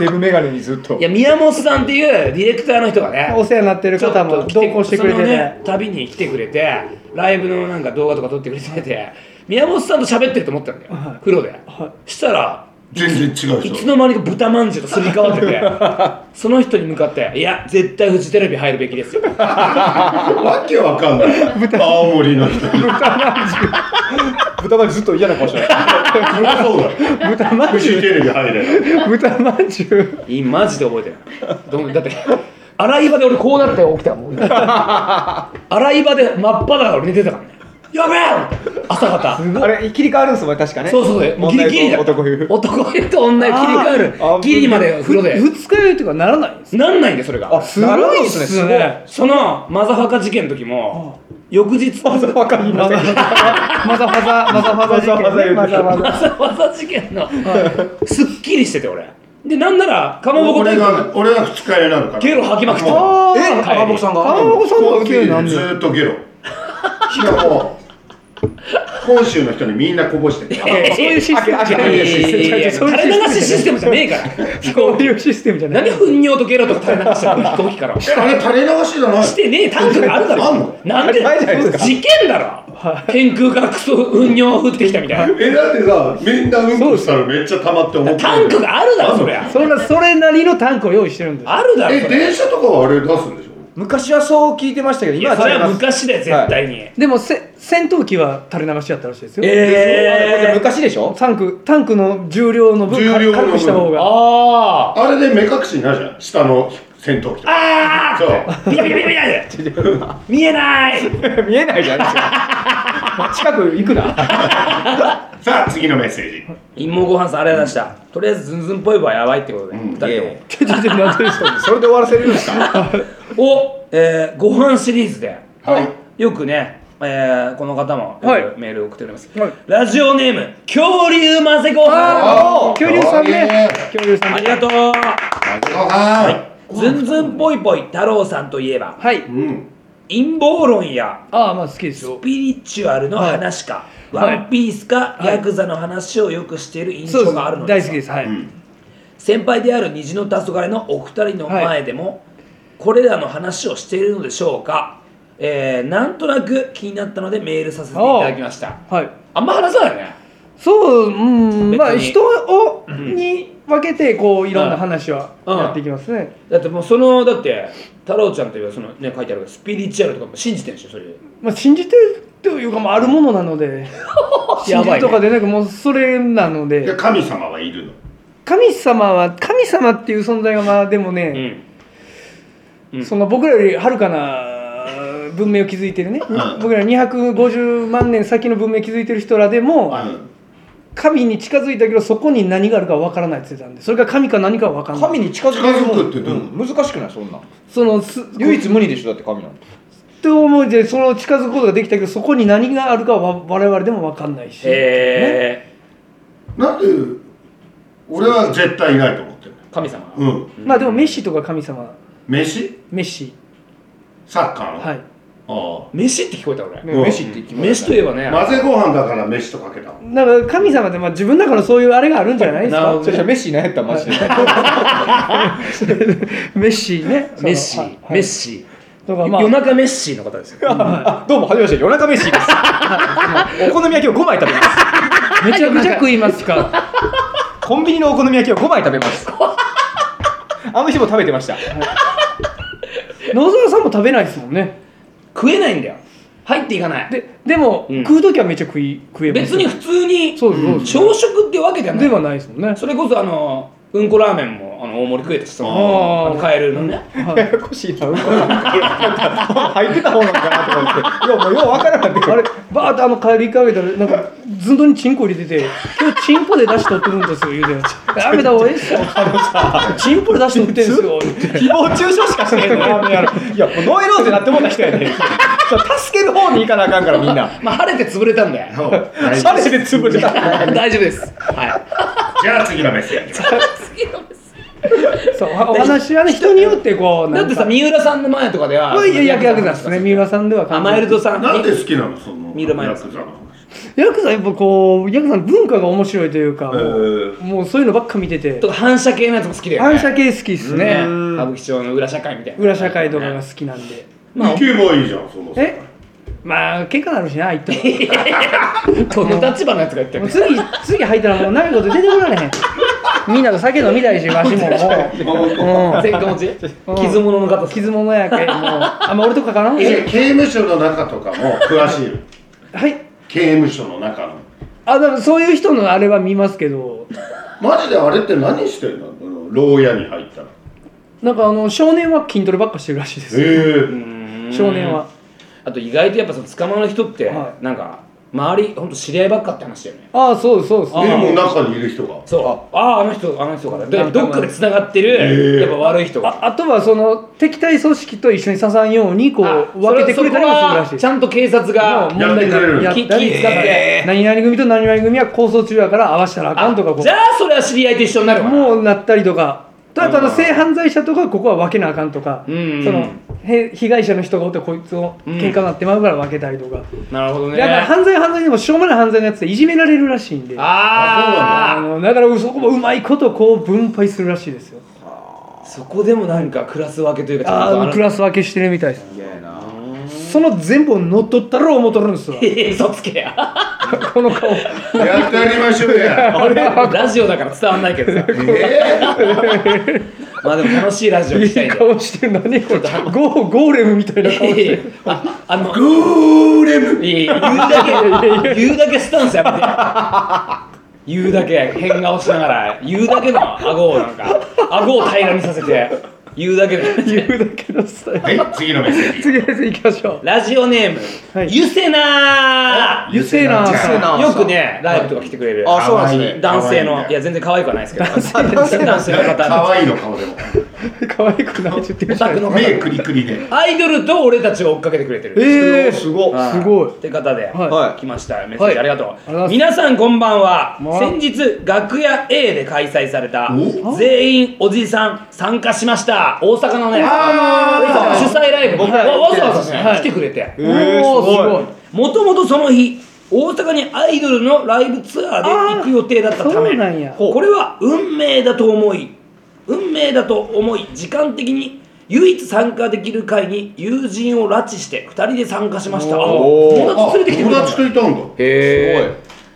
[SPEAKER 3] デブメガネにずっと
[SPEAKER 1] いや宮本さんっていうディレクターの人がね
[SPEAKER 4] お世話になってる
[SPEAKER 1] ちょっ
[SPEAKER 4] 方も
[SPEAKER 1] と来て
[SPEAKER 4] 同行してくれ
[SPEAKER 1] そ
[SPEAKER 4] て
[SPEAKER 1] の
[SPEAKER 4] ね
[SPEAKER 1] ね旅に来てくれてライブのなんか動画とか撮ってくれてて宮本さんと喋ってると思ったんだよ風呂でしたら
[SPEAKER 2] 全然違うで
[SPEAKER 1] い
[SPEAKER 2] し
[SPEAKER 1] つ
[SPEAKER 2] ょ
[SPEAKER 1] の間にか豚まんじゅうとすり替わっててその人に向かって「いや絶対フジテレビ入るべきですよ」
[SPEAKER 2] わけわかんない青森の人
[SPEAKER 3] 豚まんじゅうずっと嫌な顔してない
[SPEAKER 2] そりゃそうだ
[SPEAKER 4] 豚まん
[SPEAKER 2] フ
[SPEAKER 4] じ
[SPEAKER 2] ジ
[SPEAKER 4] ゅ
[SPEAKER 2] テレビ入れないう
[SPEAKER 4] 豚まんじゅう
[SPEAKER 1] いいマジで覚えてないどんだって洗い場で俺こうなって起きたもん洗い場で真っ裸で俺寝てたからねやべえ朝方
[SPEAKER 3] あれ切り替わるんですもんね確かね
[SPEAKER 1] そうそうそうもうギリギリだよ
[SPEAKER 3] 女湯と男
[SPEAKER 1] 男湯と女湯切り替える
[SPEAKER 3] あー
[SPEAKER 1] ギリまで風呂で
[SPEAKER 4] 二日酔いとかならないんです
[SPEAKER 1] なんないんでそれが
[SPEAKER 3] あ
[SPEAKER 4] すごいっすね
[SPEAKER 3] すごい
[SPEAKER 1] そのマザハカ事件の時も翌日マ
[SPEAKER 3] 湯わかんな
[SPEAKER 4] マザ
[SPEAKER 3] い
[SPEAKER 4] ハザマザハザマザハザ事件ね
[SPEAKER 3] マ
[SPEAKER 4] マ
[SPEAKER 3] ザ
[SPEAKER 4] ザ
[SPEAKER 3] ハ
[SPEAKER 4] ハザ
[SPEAKER 1] ザハザ事件のすっきりしてて俺でなんならかまぼこ大
[SPEAKER 2] 俺
[SPEAKER 1] 会
[SPEAKER 2] が俺が二日酔いになるから
[SPEAKER 1] ゲロ吐きまくって
[SPEAKER 2] もう
[SPEAKER 4] あ
[SPEAKER 3] え
[SPEAKER 4] ー
[SPEAKER 3] 川本さんが
[SPEAKER 4] 川本さんが受けるようになん
[SPEAKER 2] ず
[SPEAKER 4] ね
[SPEAKER 2] ーっとゲロしかも本州の人にみんなこぼ して
[SPEAKER 1] いやいや
[SPEAKER 4] そういうシステムじゃないい
[SPEAKER 1] やいやいやいや
[SPEAKER 4] そういう
[SPEAKER 1] 垂れ流しシステムじゃねえから
[SPEAKER 4] そういうシステムじゃない
[SPEAKER 1] 何糞尿とゲロとか垂れ流してるの飛行機からし
[SPEAKER 2] えあれ垂れ流しじゃない
[SPEAKER 1] てねえタンクがあるだ
[SPEAKER 2] あんの
[SPEAKER 1] ろなんで
[SPEAKER 3] あれないじゃないですか
[SPEAKER 1] 事件だろ天空からクソ糞尿降ってきたみたいな
[SPEAKER 2] えだってさみんなうんこしたらめっちゃ溜まって思って
[SPEAKER 1] タンクがあるだろそりゃ
[SPEAKER 4] そんなそれなりのタンクを用意してるんです
[SPEAKER 1] あるだろ
[SPEAKER 2] え
[SPEAKER 1] そりゃ
[SPEAKER 2] 電車とかはあれ出すんでしょ
[SPEAKER 3] 昔はそう聞いてましたけど
[SPEAKER 1] いや
[SPEAKER 3] 今は
[SPEAKER 1] それ
[SPEAKER 3] 違い
[SPEAKER 1] は
[SPEAKER 3] ます
[SPEAKER 1] 昔だよ絶対に、
[SPEAKER 4] でもせ戦闘機は垂れ流しやったらしいですよ、
[SPEAKER 1] ええ
[SPEAKER 3] 昔でしょ
[SPEAKER 4] タンクタンクの重量の分
[SPEAKER 2] 重量の分
[SPEAKER 4] 軽くした方が
[SPEAKER 1] あ
[SPEAKER 2] あれで目隠しになるじゃん下の戦闘機と
[SPEAKER 1] あ
[SPEAKER 2] か
[SPEAKER 1] あ
[SPEAKER 2] そう
[SPEAKER 1] あビカビカビカビカ見えない
[SPEAKER 3] 見えないじゃん近く行くな
[SPEAKER 2] さあ次のメッセージ
[SPEAKER 1] 陰謀ご飯さんあれ出した、とりあえずズンズンぽいばやばいってことで、二人
[SPEAKER 3] い
[SPEAKER 1] で
[SPEAKER 3] や
[SPEAKER 1] も
[SPEAKER 3] いや
[SPEAKER 4] ちょちょちょ何でしたの
[SPEAKER 3] それで終わらせるんですか
[SPEAKER 1] お、えー、ご飯シリーズで、
[SPEAKER 2] はい
[SPEAKER 1] よくね、えー、この方もよく
[SPEAKER 4] はい
[SPEAKER 1] メールを送っております、
[SPEAKER 4] はい
[SPEAKER 1] ラジオネーム恐竜混ぜご飯
[SPEAKER 4] ああ恐竜さんね恐竜さん
[SPEAKER 1] あ
[SPEAKER 4] ね
[SPEAKER 1] りがとう
[SPEAKER 2] ごは
[SPEAKER 1] ズンズンぽいぽい太郎さんといえば
[SPEAKER 4] はい
[SPEAKER 2] んうん
[SPEAKER 1] 陰謀論や
[SPEAKER 4] ああまあ好きです
[SPEAKER 1] ス
[SPEAKER 4] よ
[SPEAKER 1] ピリチュアルの話か、
[SPEAKER 4] はい
[SPEAKER 1] ワンピースか、
[SPEAKER 4] はい
[SPEAKER 1] ヤクザの話をよくしている印
[SPEAKER 4] そうで
[SPEAKER 1] 象
[SPEAKER 4] す
[SPEAKER 1] があるので
[SPEAKER 4] 大好
[SPEAKER 1] す
[SPEAKER 4] き
[SPEAKER 1] が
[SPEAKER 4] ですはい、
[SPEAKER 1] 先輩である虹の黄昏のお二人の前でも、これらの話をしているのでしょうか、えー、なんとなく気になったのでメールさせていただきました
[SPEAKER 4] はい
[SPEAKER 1] あんま話さないね
[SPEAKER 4] そううんまあ
[SPEAKER 1] 別に
[SPEAKER 4] 人をに分けてこういろんな話は
[SPEAKER 1] うん
[SPEAKER 4] やっていきますね
[SPEAKER 1] だってもうそのだって太郎ちゃんというそのね書いてあるけどスピリチュアルとかも信じてるでしょそれ
[SPEAKER 4] まあ信じてるというかまああるものなので信じるとかでなくもうそれなの
[SPEAKER 2] で
[SPEAKER 4] で
[SPEAKER 2] 神様はいるの
[SPEAKER 4] 神様は神様っていう存在がまあでも
[SPEAKER 1] う
[SPEAKER 4] ね、
[SPEAKER 1] んうん
[SPEAKER 4] その僕らよりはるかな文明を築いてるね、
[SPEAKER 2] ん
[SPEAKER 4] 僕ら250万年先の文明を築いてる人らでも、
[SPEAKER 2] うん
[SPEAKER 4] 神に近づいたけどそこに何があるかわからないって言ってたんでそれが神か何かはわからない
[SPEAKER 3] 神に近づけるもん
[SPEAKER 2] 近づくってどう
[SPEAKER 3] うん難しくないそんなん
[SPEAKER 4] そのす
[SPEAKER 3] 唯一無二でしょだって神なんて
[SPEAKER 4] と思うでその近づくことができたけどそこに何があるかは我々でもわかんないし、ね
[SPEAKER 1] へえ
[SPEAKER 2] なんで俺は絶対いないと思ってる
[SPEAKER 1] 神様
[SPEAKER 2] うん
[SPEAKER 4] まあでもメッシとか神様
[SPEAKER 2] 飯
[SPEAKER 4] メッシ
[SPEAKER 2] サッカーの
[SPEAKER 4] はい
[SPEAKER 2] あ
[SPEAKER 1] 飯って聞こえた俺
[SPEAKER 2] うん
[SPEAKER 3] 飯って行きま
[SPEAKER 1] 飯
[SPEAKER 3] す
[SPEAKER 1] といえばね
[SPEAKER 2] あ混ぜご飯だから飯とかけたの
[SPEAKER 4] だから神様ってまあ自分だからそういうあれがあるんじゃないです
[SPEAKER 1] なる
[SPEAKER 4] か
[SPEAKER 1] ほど
[SPEAKER 3] それじゃメッシいないやったらマジで
[SPEAKER 4] メッシねその
[SPEAKER 1] メッシ
[SPEAKER 4] はいはい
[SPEAKER 1] メッシ
[SPEAKER 4] とかまあ
[SPEAKER 1] 夜中メッシの方ですよ
[SPEAKER 3] あどうもはじめまして夜中メッシですお好み焼きを5枚食べます
[SPEAKER 4] めちゃくちゃ食いますか
[SPEAKER 3] コンビニのお好み焼きを5枚食べますあの日も食べてました
[SPEAKER 4] 野沢さんも食べないですもんね
[SPEAKER 1] 食えないんだよ入っていかない
[SPEAKER 4] ででも、
[SPEAKER 1] うん
[SPEAKER 4] 食う時はめちゃ食い食えま
[SPEAKER 1] 別
[SPEAKER 4] す
[SPEAKER 1] に普通に
[SPEAKER 4] そうですそうです
[SPEAKER 1] 朝食ってわけじゃない
[SPEAKER 4] ではないですもんね
[SPEAKER 1] それこそあのうんこラーメンもあの大盛り食えたしそ
[SPEAKER 4] あー
[SPEAKER 1] のあのカエルのね
[SPEAKER 4] はい
[SPEAKER 3] ややこしいな、うんこなんか入ってた方なのかなとか思って、いや、もうようわからなくて、
[SPEAKER 4] あれバーってあの帰りかけたらなんか寸胴にチンコ入れてて「今日チンポで出しとってるんですよ」言うて「やめた方がいいっすよ」チンポで出しとってんですよ」
[SPEAKER 3] 誹謗中傷しかしないのラーメン屋のいや、もうノイローゼなって思った人やねそう助ける方に行かなあかんから、みんな。
[SPEAKER 1] まあ晴れて潰れたん だよ
[SPEAKER 3] シャレで潰れた。
[SPEAKER 1] 大丈夫ですは
[SPEAKER 2] じゃあ次のメッセー ジ
[SPEAKER 4] そうお話はね人によってこう
[SPEAKER 1] いだってさ三浦さんの前とかでは
[SPEAKER 4] まあいやヤクヤクザですね三浦さんでは
[SPEAKER 1] あマイルドさん
[SPEAKER 2] なんで好きなのその
[SPEAKER 1] 見る前
[SPEAKER 2] ヤ
[SPEAKER 1] の
[SPEAKER 2] クザの話
[SPEAKER 4] ヤクザやっぱこうヤクザの文化が面白いというか、
[SPEAKER 2] えー
[SPEAKER 4] もうそういうのばっか見てて
[SPEAKER 1] とか反射系のやつも好きだよね
[SPEAKER 4] 反射系好きっす
[SPEAKER 1] ね
[SPEAKER 4] ね
[SPEAKER 1] 歌舞伎町の裏社会みたいな
[SPEAKER 4] 裏社会とかが好きなんで
[SPEAKER 1] まあ
[SPEAKER 2] 行けばいいじゃんその
[SPEAKER 4] えまあ結果なるしな言っても
[SPEAKER 1] どの立場のやつが言って
[SPEAKER 4] もう
[SPEAKER 1] る
[SPEAKER 4] 次、次入ったらもう長いこと出てこられへん。みんなと酒飲みたいし、わしももう。
[SPEAKER 1] 前科持ち傷物の方
[SPEAKER 4] うん。傷物やけん、もう。あ、まあ、俺とかかな
[SPEAKER 2] え
[SPEAKER 4] は
[SPEAKER 2] 刑務所の中とかも詳しいの
[SPEAKER 4] い。
[SPEAKER 2] 刑務所の中の
[SPEAKER 4] あ、でもそういう人のあれは見ますけど、
[SPEAKER 2] マジであれって何してんのあの牢屋に入ったら
[SPEAKER 4] なんかあの、少年は筋トレばっかしてるらしいですよ。
[SPEAKER 2] え
[SPEAKER 1] う
[SPEAKER 2] え
[SPEAKER 1] ーん
[SPEAKER 4] 少年は。
[SPEAKER 1] あと意外とやっぱその捕まる人って
[SPEAKER 4] は
[SPEAKER 1] なんか周りほんと知り合いばっかって話だよね
[SPEAKER 4] ああ、そうですそうです。
[SPEAKER 1] あ
[SPEAKER 2] でも中にいる人が
[SPEAKER 1] そうあああの人あの人から
[SPEAKER 4] な
[SPEAKER 1] で
[SPEAKER 4] んか
[SPEAKER 1] どっかでつながってる
[SPEAKER 2] へえ
[SPEAKER 1] やっぱ悪い人が
[SPEAKER 4] ああとはその敵対組織と一緒に刺さんようにこ
[SPEAKER 1] あ
[SPEAKER 4] う分けてくれたりもするらしい
[SPEAKER 1] そこはちゃんと警察が
[SPEAKER 4] もう
[SPEAKER 2] やってくれる
[SPEAKER 4] やっ
[SPEAKER 1] 気気使
[SPEAKER 4] た
[SPEAKER 1] っ
[SPEAKER 4] り
[SPEAKER 1] て
[SPEAKER 4] 何々組と何々組は構想中やから合わせたらあかんとかこう
[SPEAKER 1] じゃあそれは知り合いと一緒になるわな
[SPEAKER 4] もうなったりとか、あとあの
[SPEAKER 2] うん
[SPEAKER 4] 性犯罪者とかはここは分けなあかんとか、
[SPEAKER 1] うんうんうん
[SPEAKER 4] そのへ被害者の人がおってこいつを喧嘩になってまうから分けたりとか、
[SPEAKER 1] なるほどね
[SPEAKER 4] だから犯罪は犯罪でもしょうもない犯罪のやつっていじめられるらしいんで、あ
[SPEAKER 1] あ
[SPEAKER 4] のだからそこもうまいことこう分配するらしいですよ。
[SPEAKER 1] あそこでもなんかクラス分けというかちゃん
[SPEAKER 4] あ
[SPEAKER 1] と。
[SPEAKER 4] あのクラス分けしてるみたいです。その全部を乗っ取ったら思うとるんですわ
[SPEAKER 1] 嘘つけ や
[SPEAKER 4] この 顔。
[SPEAKER 2] やってやりましょうや
[SPEAKER 1] 俺ラジオだから伝わんないけどさ
[SPEAKER 2] え
[SPEAKER 1] まあでも楽しいラジオにした
[SPEAKER 4] い
[SPEAKER 1] い
[SPEAKER 4] い
[SPEAKER 1] んで
[SPEAKER 4] 顔してる何これゴーゴーレムみたいな顔してる
[SPEAKER 1] ああの
[SPEAKER 2] ゴーレム
[SPEAKER 1] いい言うだけ言うだけスタンスやめて言うだけ変顔しながら言うだけの顎をなんか顎を平らにさせて言うだけの
[SPEAKER 4] 言うだけのスタイル
[SPEAKER 2] はい次のメッセージ
[SPEAKER 4] 次のやつ行きましょう
[SPEAKER 1] ラジオネーム、
[SPEAKER 4] はい
[SPEAKER 1] ゆせな
[SPEAKER 4] ゆせな
[SPEAKER 2] ゆせ
[SPEAKER 1] ー
[SPEAKER 3] なー
[SPEAKER 1] よくねライブとか来てくれる
[SPEAKER 3] あそうなんですね
[SPEAKER 1] 男性のいや全然可愛くはないですけど男性の
[SPEAKER 2] 可
[SPEAKER 1] 方
[SPEAKER 2] 愛いの顔でも
[SPEAKER 4] 可愛くないって言ってるじゃん
[SPEAKER 1] オタクの
[SPEAKER 2] 目クリクリで
[SPEAKER 1] アイドルと俺たちを追っかけてくれてる
[SPEAKER 4] えー
[SPEAKER 3] すごい
[SPEAKER 1] はい
[SPEAKER 4] すごい
[SPEAKER 1] って方で、
[SPEAKER 4] はい
[SPEAKER 1] 来ましたメッセージありがとう,、
[SPEAKER 4] りがとうございます
[SPEAKER 1] 皆さんこんばんは
[SPEAKER 4] まあ
[SPEAKER 1] 先日楽屋 A で開催された
[SPEAKER 2] お
[SPEAKER 1] 全員おじさん参加しました大阪のね
[SPEAKER 2] あ
[SPEAKER 1] 主催ライブに
[SPEAKER 3] 僕ら
[SPEAKER 1] わ
[SPEAKER 3] 行っ
[SPEAKER 1] わ
[SPEAKER 3] て
[SPEAKER 1] ざ
[SPEAKER 3] るん
[SPEAKER 1] わ
[SPEAKER 3] で
[SPEAKER 1] ざ
[SPEAKER 3] す
[SPEAKER 1] ね、
[SPEAKER 3] ね
[SPEAKER 1] 来てくれて
[SPEAKER 3] えー
[SPEAKER 4] おー
[SPEAKER 3] すごい
[SPEAKER 1] もともとその日大阪にアイドルのライブツアーで行く予定だったた
[SPEAKER 4] そうな
[SPEAKER 1] め
[SPEAKER 4] んや
[SPEAKER 1] これは運命だと思い運命だと思い時間的に唯一参加できる会に友人を拉致して2人で参加しましたあ
[SPEAKER 3] おー
[SPEAKER 1] 友達連れてきてくれ
[SPEAKER 2] 友
[SPEAKER 1] たんだ
[SPEAKER 2] 達といたんだ
[SPEAKER 1] へ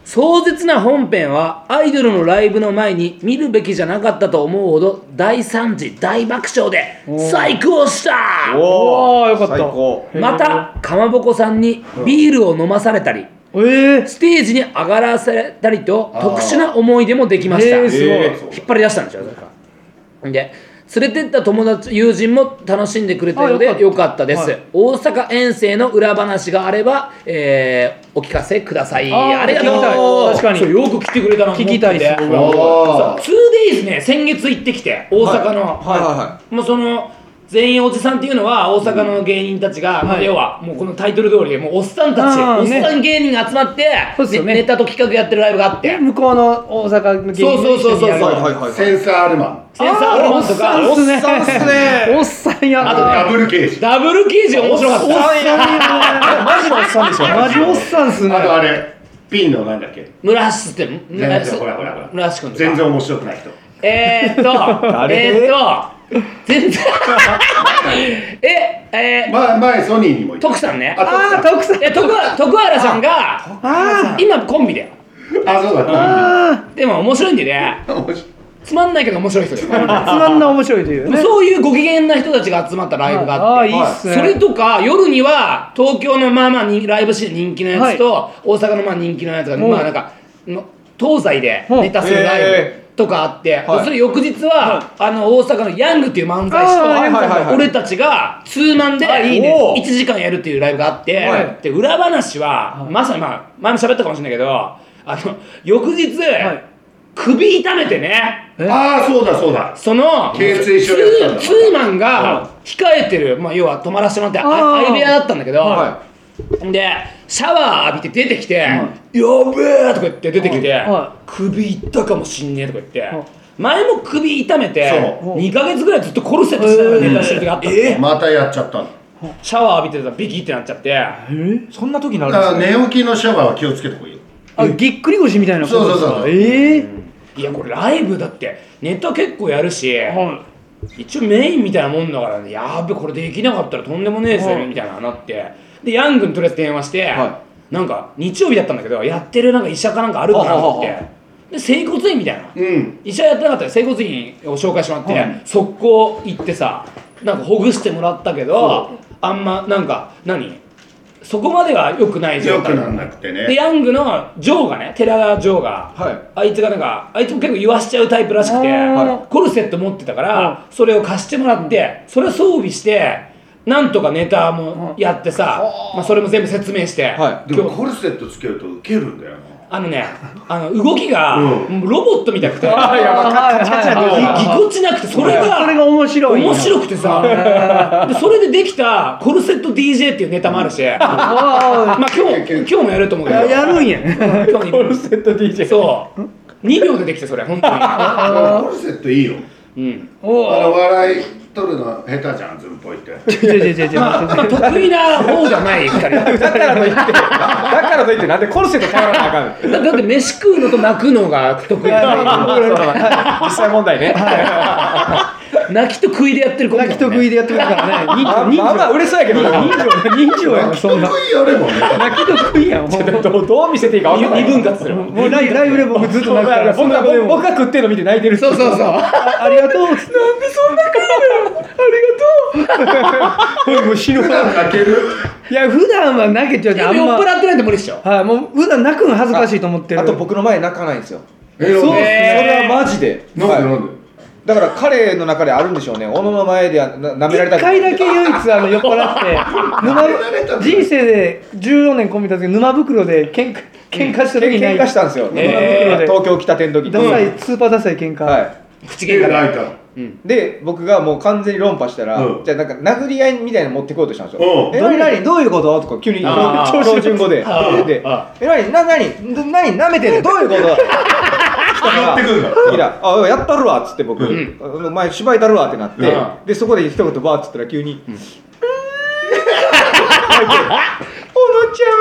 [SPEAKER 1] 壮絶な本編はアイドルのライブの前に見るべきじゃなかったと思うほど大惨事大爆笑で最高した
[SPEAKER 3] お
[SPEAKER 4] おーよかった
[SPEAKER 3] 最高
[SPEAKER 1] またかまぼこさんにビールを飲まされたり
[SPEAKER 4] えー
[SPEAKER 1] ステージに上がらされたりと
[SPEAKER 2] あー
[SPEAKER 1] 特殊な思い出もできました
[SPEAKER 4] えーすごい
[SPEAKER 3] え
[SPEAKER 1] 引っ張り出したんでしょそれからで連れてった友達友人も楽しんでくれたよう
[SPEAKER 4] あ
[SPEAKER 1] でよ
[SPEAKER 4] よ
[SPEAKER 1] か
[SPEAKER 4] か
[SPEAKER 1] ったです、
[SPEAKER 4] はい
[SPEAKER 1] 大阪遠征の裏話があれば、えーお聞かせください
[SPEAKER 4] あー
[SPEAKER 1] ありがとう
[SPEAKER 4] 聞きたい確かに
[SPEAKER 1] そうよく来てくれたの
[SPEAKER 4] 聞きたいです
[SPEAKER 1] 思って
[SPEAKER 4] 僕
[SPEAKER 1] て
[SPEAKER 4] は
[SPEAKER 2] おー
[SPEAKER 1] 2days ね先月行ってきて大阪の、
[SPEAKER 3] はいはいは
[SPEAKER 1] もうその全員おじさんっていうのは大阪の芸人たちが、まあ
[SPEAKER 4] はい
[SPEAKER 1] 要はもうこのタイトル通りでもうおっさんたち、
[SPEAKER 4] あ
[SPEAKER 1] お
[SPEAKER 4] ー
[SPEAKER 1] っ
[SPEAKER 4] ね
[SPEAKER 1] さん芸人が集まって、
[SPEAKER 4] そうっすよね
[SPEAKER 1] ネネタと企画やってるライブがあって
[SPEAKER 4] え向こうの大阪の芸人
[SPEAKER 1] そうそうそうそう
[SPEAKER 4] 一緒にやる
[SPEAKER 1] そう
[SPEAKER 3] いはいはい
[SPEAKER 2] センサーアルマン
[SPEAKER 1] センサーアルマンと
[SPEAKER 4] あ
[SPEAKER 1] か
[SPEAKER 4] ーおっさんっすね
[SPEAKER 3] おっさん
[SPEAKER 4] おっ
[SPEAKER 3] っすね
[SPEAKER 4] さんや
[SPEAKER 1] あとね
[SPEAKER 4] な
[SPEAKER 2] ダブルケージ
[SPEAKER 1] ダブル刑事が面白かった
[SPEAKER 3] マジのおっさんですよ
[SPEAKER 4] マジおっさんっ
[SPEAKER 2] あ
[SPEAKER 4] すね
[SPEAKER 2] とあれピンのなんだっけ
[SPEAKER 1] 村橋ってん村
[SPEAKER 2] 全
[SPEAKER 1] 橋
[SPEAKER 2] 然ほらほらほら
[SPEAKER 1] 村橋君とか
[SPEAKER 2] 全然面白くない人
[SPEAKER 1] えー、っと
[SPEAKER 3] 誰
[SPEAKER 1] えー、っと全然ええー
[SPEAKER 2] ま前ソニーにもいた
[SPEAKER 1] 徳さんね
[SPEAKER 4] あー
[SPEAKER 2] 徳
[SPEAKER 4] 徳さん
[SPEAKER 1] え徳原徳原さんが
[SPEAKER 4] あ
[SPEAKER 1] 今コンビだよ
[SPEAKER 2] さんあそうだ
[SPEAKER 4] あ
[SPEAKER 1] でも面白いんでね
[SPEAKER 2] 面白い
[SPEAKER 1] つまんないけど面白い人だよ
[SPEAKER 4] つまんな面白いというね
[SPEAKER 1] そういうご機嫌な人たちが集まったライブがあって
[SPEAKER 4] ああいいっすね
[SPEAKER 1] それとか夜には東京のまあまあにライブして人気のやつと、大阪のまあ人気のやつが、
[SPEAKER 4] うん
[SPEAKER 1] まあなんかの東西でネタするライブ
[SPEAKER 3] え
[SPEAKER 1] とかあって、
[SPEAKER 3] はい
[SPEAKER 1] それ翌日は、あの大阪のヤングっていう漫才師と、
[SPEAKER 4] ああヤングさん
[SPEAKER 3] はいはいはい
[SPEAKER 1] 俺たちがツーマンで
[SPEAKER 4] あいい
[SPEAKER 3] ね
[SPEAKER 1] 1時間やるっていうライブがあって、
[SPEAKER 3] はい
[SPEAKER 1] で裏話は、まさにまあ前も喋ったかもしれないけどあの翌日、
[SPEAKER 4] はい
[SPEAKER 1] 首痛めてね
[SPEAKER 4] え
[SPEAKER 2] ああそうだそうだ
[SPEAKER 1] その
[SPEAKER 2] 頚椎症やったんだ
[SPEAKER 1] ツーツーマンが控えてる、まあ、要は泊まらせてもらってあ
[SPEAKER 4] あー
[SPEAKER 1] 相部屋だったんだけど、
[SPEAKER 3] は
[SPEAKER 1] でシャワー浴びて出てきて「やべえ!」とか言って出てきて
[SPEAKER 4] はいは
[SPEAKER 1] 「首いったかもしんねえ」とか言って
[SPEAKER 4] はい
[SPEAKER 1] 前も首痛めて
[SPEAKER 2] そう
[SPEAKER 1] 2か月ぐらいずっとコルセットしながらネタしてる時あったんだよ
[SPEAKER 2] またやっちゃったの
[SPEAKER 1] シャワー浴びてたらビキってなっちゃって
[SPEAKER 3] いそんな時にな
[SPEAKER 2] だ
[SPEAKER 3] る
[SPEAKER 2] か
[SPEAKER 3] ん
[SPEAKER 2] ら
[SPEAKER 3] ですね
[SPEAKER 2] 寝起きのシャワーは気をつけた方がいいよ
[SPEAKER 4] あぎっくり腰みたいなことです
[SPEAKER 2] そ
[SPEAKER 4] か
[SPEAKER 2] うそうそう
[SPEAKER 4] ええ
[SPEAKER 1] いやこれライブだってネタ結構やるし
[SPEAKER 4] は
[SPEAKER 1] 一応メインみたいなもんだからねやーべこれできなかったらとんでもねえぜ、
[SPEAKER 4] はい
[SPEAKER 1] みたいななってでヤングにとりあえず電話して、
[SPEAKER 3] は
[SPEAKER 1] なんか日曜日だったんだけどやってるなんか医者かなんかあるかなと思って
[SPEAKER 3] はは
[SPEAKER 1] で整骨院みたいな、
[SPEAKER 2] うん
[SPEAKER 1] 医者やってなかったら整骨院を紹介してもらって、速攻行ってさなんかほぐしてもらったけどあんまなんか何そこまでは良くない状
[SPEAKER 2] 強く
[SPEAKER 1] 態
[SPEAKER 2] なんなくて
[SPEAKER 1] で
[SPEAKER 2] ね
[SPEAKER 1] ヤングのジョーがね寺田ジョーが、
[SPEAKER 3] はい
[SPEAKER 1] あいつがなんかあいつも結構言わしちゃうタイプらしくて
[SPEAKER 4] あー
[SPEAKER 1] コルセット持ってたから
[SPEAKER 4] は
[SPEAKER 1] それを貸してもらってそれを装備してなんとかネタもやってさ、まあ、それも全部説明して、
[SPEAKER 3] は
[SPEAKER 2] で
[SPEAKER 1] 今
[SPEAKER 2] も
[SPEAKER 1] 日
[SPEAKER 2] コルセットつけるとウケるんだよな
[SPEAKER 1] あのねあの動きが
[SPEAKER 2] う
[SPEAKER 1] もうロボットみたくて、
[SPEAKER 4] あーやばカチャカチャ
[SPEAKER 1] ぎ
[SPEAKER 4] はいはい
[SPEAKER 1] ぎこちなくてそれが
[SPEAKER 4] それが面白い
[SPEAKER 1] 面白くてさでそれでできたコルセット DJ っていうネタもあるし、まあ
[SPEAKER 4] あ
[SPEAKER 1] 今日今日もやると思う
[SPEAKER 4] あ
[SPEAKER 1] けど
[SPEAKER 4] ややるんや
[SPEAKER 1] 今日もやる
[SPEAKER 3] セット DJ
[SPEAKER 1] そう2秒でできてそれ本当
[SPEAKER 2] コルセットいいよ
[SPEAKER 1] に、うん
[SPEAKER 4] お
[SPEAKER 2] あ
[SPEAKER 4] お
[SPEAKER 2] の笑い取るの下手じゃんズンポイって
[SPEAKER 4] ちょちょちょちょちょ
[SPEAKER 1] まあ、まあ得意な方じゃない2人だ
[SPEAKER 3] だからといってだからといってなんでコルセット変わらなあかんの
[SPEAKER 1] だって飯食うのと泣くのが得意だ
[SPEAKER 3] 実際問題ね。
[SPEAKER 1] 泣きと食いでやってるコンビだ
[SPEAKER 4] 泣
[SPEAKER 1] も
[SPEAKER 4] き
[SPEAKER 1] んね
[SPEAKER 4] と食いでやってるからね人
[SPEAKER 3] まあ
[SPEAKER 4] 情人
[SPEAKER 3] まあまあ売れそうやけどな
[SPEAKER 4] 情人情人情やんそんな
[SPEAKER 2] 得意やれもね。
[SPEAKER 4] 泣きと食いやんほんま
[SPEAKER 3] どうどう見せていいか分からない
[SPEAKER 1] 二分割する
[SPEAKER 4] もうライライブで僕ずっと泣くから
[SPEAKER 3] 僕が
[SPEAKER 4] そんな
[SPEAKER 3] 僕僕が食ってるの見て泣いてる
[SPEAKER 1] そうそうそう
[SPEAKER 4] あありがとうなんでそんな感じなのありがとうもう死ぬ
[SPEAKER 2] 普段泣ける。
[SPEAKER 4] いや普段は泣けちゃう
[SPEAKER 1] い
[SPEAKER 4] け
[SPEAKER 1] や
[SPEAKER 4] どあん
[SPEAKER 1] 酔っ
[SPEAKER 4] ま
[SPEAKER 1] 払ってないと無理っしょ
[SPEAKER 4] はいもう普段泣くの恥ずかしいと思ってる
[SPEAKER 3] あと僕の前泣かないんですよ
[SPEAKER 2] え
[SPEAKER 3] そう
[SPEAKER 2] なん
[SPEAKER 3] そ
[SPEAKER 2] で
[SPEAKER 3] れはマジで
[SPEAKER 2] なん
[SPEAKER 3] はい
[SPEAKER 2] でなんで。
[SPEAKER 3] だから彼の中であるんでしょうね小野の前ではな舐められた
[SPEAKER 4] 一
[SPEAKER 3] く
[SPEAKER 4] 回だけ唯一あの酔っ払って沼人生で14年コンビだった時沼袋で喧嘩喧嘩した時に
[SPEAKER 3] 喧嘩したんですよ、
[SPEAKER 4] えー
[SPEAKER 3] 東京来たての時に
[SPEAKER 4] ダサいスーパーダサい喧嘩
[SPEAKER 3] は
[SPEAKER 1] 口
[SPEAKER 2] で
[SPEAKER 1] 喧嘩
[SPEAKER 2] 泣い
[SPEAKER 1] で
[SPEAKER 2] た。
[SPEAKER 3] い、で僕がもう完全に論破したら、
[SPEAKER 2] うん
[SPEAKER 3] じゃあなんか殴り合いみたいなの持ってこようとしたんです
[SPEAKER 2] う
[SPEAKER 3] よ「
[SPEAKER 2] ん
[SPEAKER 3] えなになにどういうこと?」とか急に
[SPEAKER 1] あー
[SPEAKER 3] 標準語で
[SPEAKER 2] あー
[SPEAKER 3] で
[SPEAKER 2] あ
[SPEAKER 3] 「えなにななにななになめてんのどういうこと?」
[SPEAKER 2] 上がってくるんだ。
[SPEAKER 3] いやあやったるわっつって僕、
[SPEAKER 1] ん
[SPEAKER 3] お前芝居だるわってなって、
[SPEAKER 1] う
[SPEAKER 3] でそこで一言バーっつったら急に 「うーん」おのちゃんは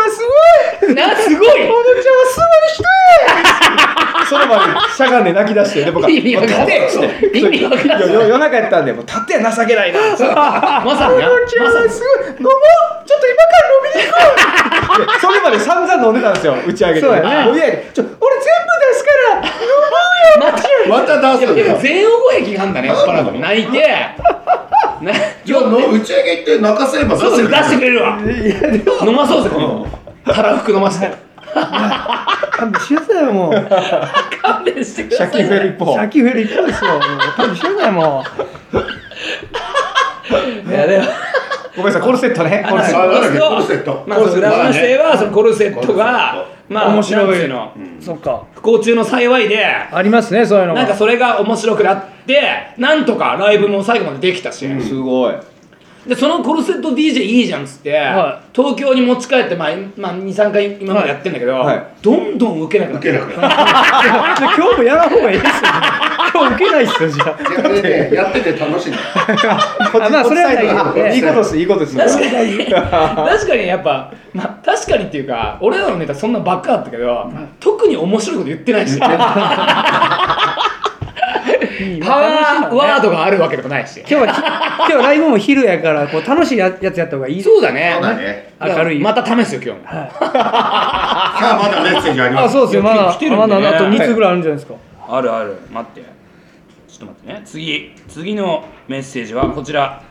[SPEAKER 3] すごい
[SPEAKER 1] なすごい
[SPEAKER 3] おのちゃんはすごい人やその場にしゃがんで泣き出してで僕は
[SPEAKER 1] 意味わかんない
[SPEAKER 3] もう立て!」っつって
[SPEAKER 1] 意味わかんない
[SPEAKER 3] よよ夜中やったんで「もう立て情けないな」っつって
[SPEAKER 1] まさにな
[SPEAKER 3] ちゃんはすごい飲もうちょっと今から飲みに行こうでそれまで散々飲んでたんですよ打ち上げで
[SPEAKER 4] そうやね
[SPEAKER 3] お部屋でちょ俺全部出すから飲もうよ
[SPEAKER 1] また
[SPEAKER 2] また出すんだ。
[SPEAKER 1] 全応攻撃があんだね酔っ払うの泣いて な
[SPEAKER 2] じゃあの打ち上げ行って泣かせれば出
[SPEAKER 1] そう
[SPEAKER 2] せ
[SPEAKER 1] そう
[SPEAKER 2] る。
[SPEAKER 1] 出してくれるわ飲まそうぜこのたらふく飲ませて
[SPEAKER 4] 勘弁しなさいよもう
[SPEAKER 1] 勘弁してくださ
[SPEAKER 3] 借
[SPEAKER 1] い
[SPEAKER 3] 金増える一方
[SPEAKER 4] 先増える一方ですよもう勘弁しなさいも
[SPEAKER 1] いやでも
[SPEAKER 3] ごめんなさい、コルセットね。コルセッ
[SPEAKER 2] あ
[SPEAKER 3] ト。
[SPEAKER 2] なんだっけコルセット
[SPEAKER 1] まあその裏話ではそのコルセット
[SPEAKER 2] コル
[SPEAKER 1] が
[SPEAKER 2] セ
[SPEAKER 1] まあ
[SPEAKER 4] 面白い
[SPEAKER 1] なんてうの
[SPEAKER 4] うそっか
[SPEAKER 1] 不幸中の幸いで
[SPEAKER 4] ありますねそういうの
[SPEAKER 1] なんか
[SPEAKER 4] が
[SPEAKER 1] それが面白くなってなんとかライブも最後までできたし、
[SPEAKER 3] すごい。
[SPEAKER 1] でそのコルセット DJ いいじゃんっつって、
[SPEAKER 4] は
[SPEAKER 1] 東京に持ち帰って、まあまあ、23回今までやってんだけど、
[SPEAKER 3] はいはい
[SPEAKER 1] どんどん受けなくなっ
[SPEAKER 2] 受
[SPEAKER 1] て
[SPEAKER 2] けなくなる。
[SPEAKER 4] じゃあ今日もやらんほうがいいですよね 今日受けないっすよじゃ
[SPEAKER 2] いやでねやってて楽しいんだ。
[SPEAKER 4] あまあそれはない
[SPEAKER 2] ね
[SPEAKER 3] いいことです、いいことです。
[SPEAKER 1] 確かに 確かにやっぱ、まあ、確かにっていうか俺らのネタそんなばっかだったけど、特に面白いこと言ってないし パ
[SPEAKER 4] あいいね
[SPEAKER 1] ワー
[SPEAKER 4] 楽しい
[SPEAKER 1] ワ
[SPEAKER 4] な
[SPEAKER 1] ードがあるわけでもないし
[SPEAKER 4] 今日はき今日はライブも昼やからこう楽しいややつやった方がいい
[SPEAKER 1] そうだね
[SPEAKER 2] そうだね
[SPEAKER 4] 明るい
[SPEAKER 1] また試すよ今日も
[SPEAKER 2] さあまだメッセージありま
[SPEAKER 4] あ
[SPEAKER 2] す。
[SPEAKER 4] そうですよま
[SPEAKER 1] いや
[SPEAKER 4] だ
[SPEAKER 1] 来てるんで
[SPEAKER 4] ま
[SPEAKER 1] ね
[SPEAKER 4] だあと2通ぐらいあるんじゃないですか
[SPEAKER 1] あるある待ってちょっと待ってね次次のメッセージはこちら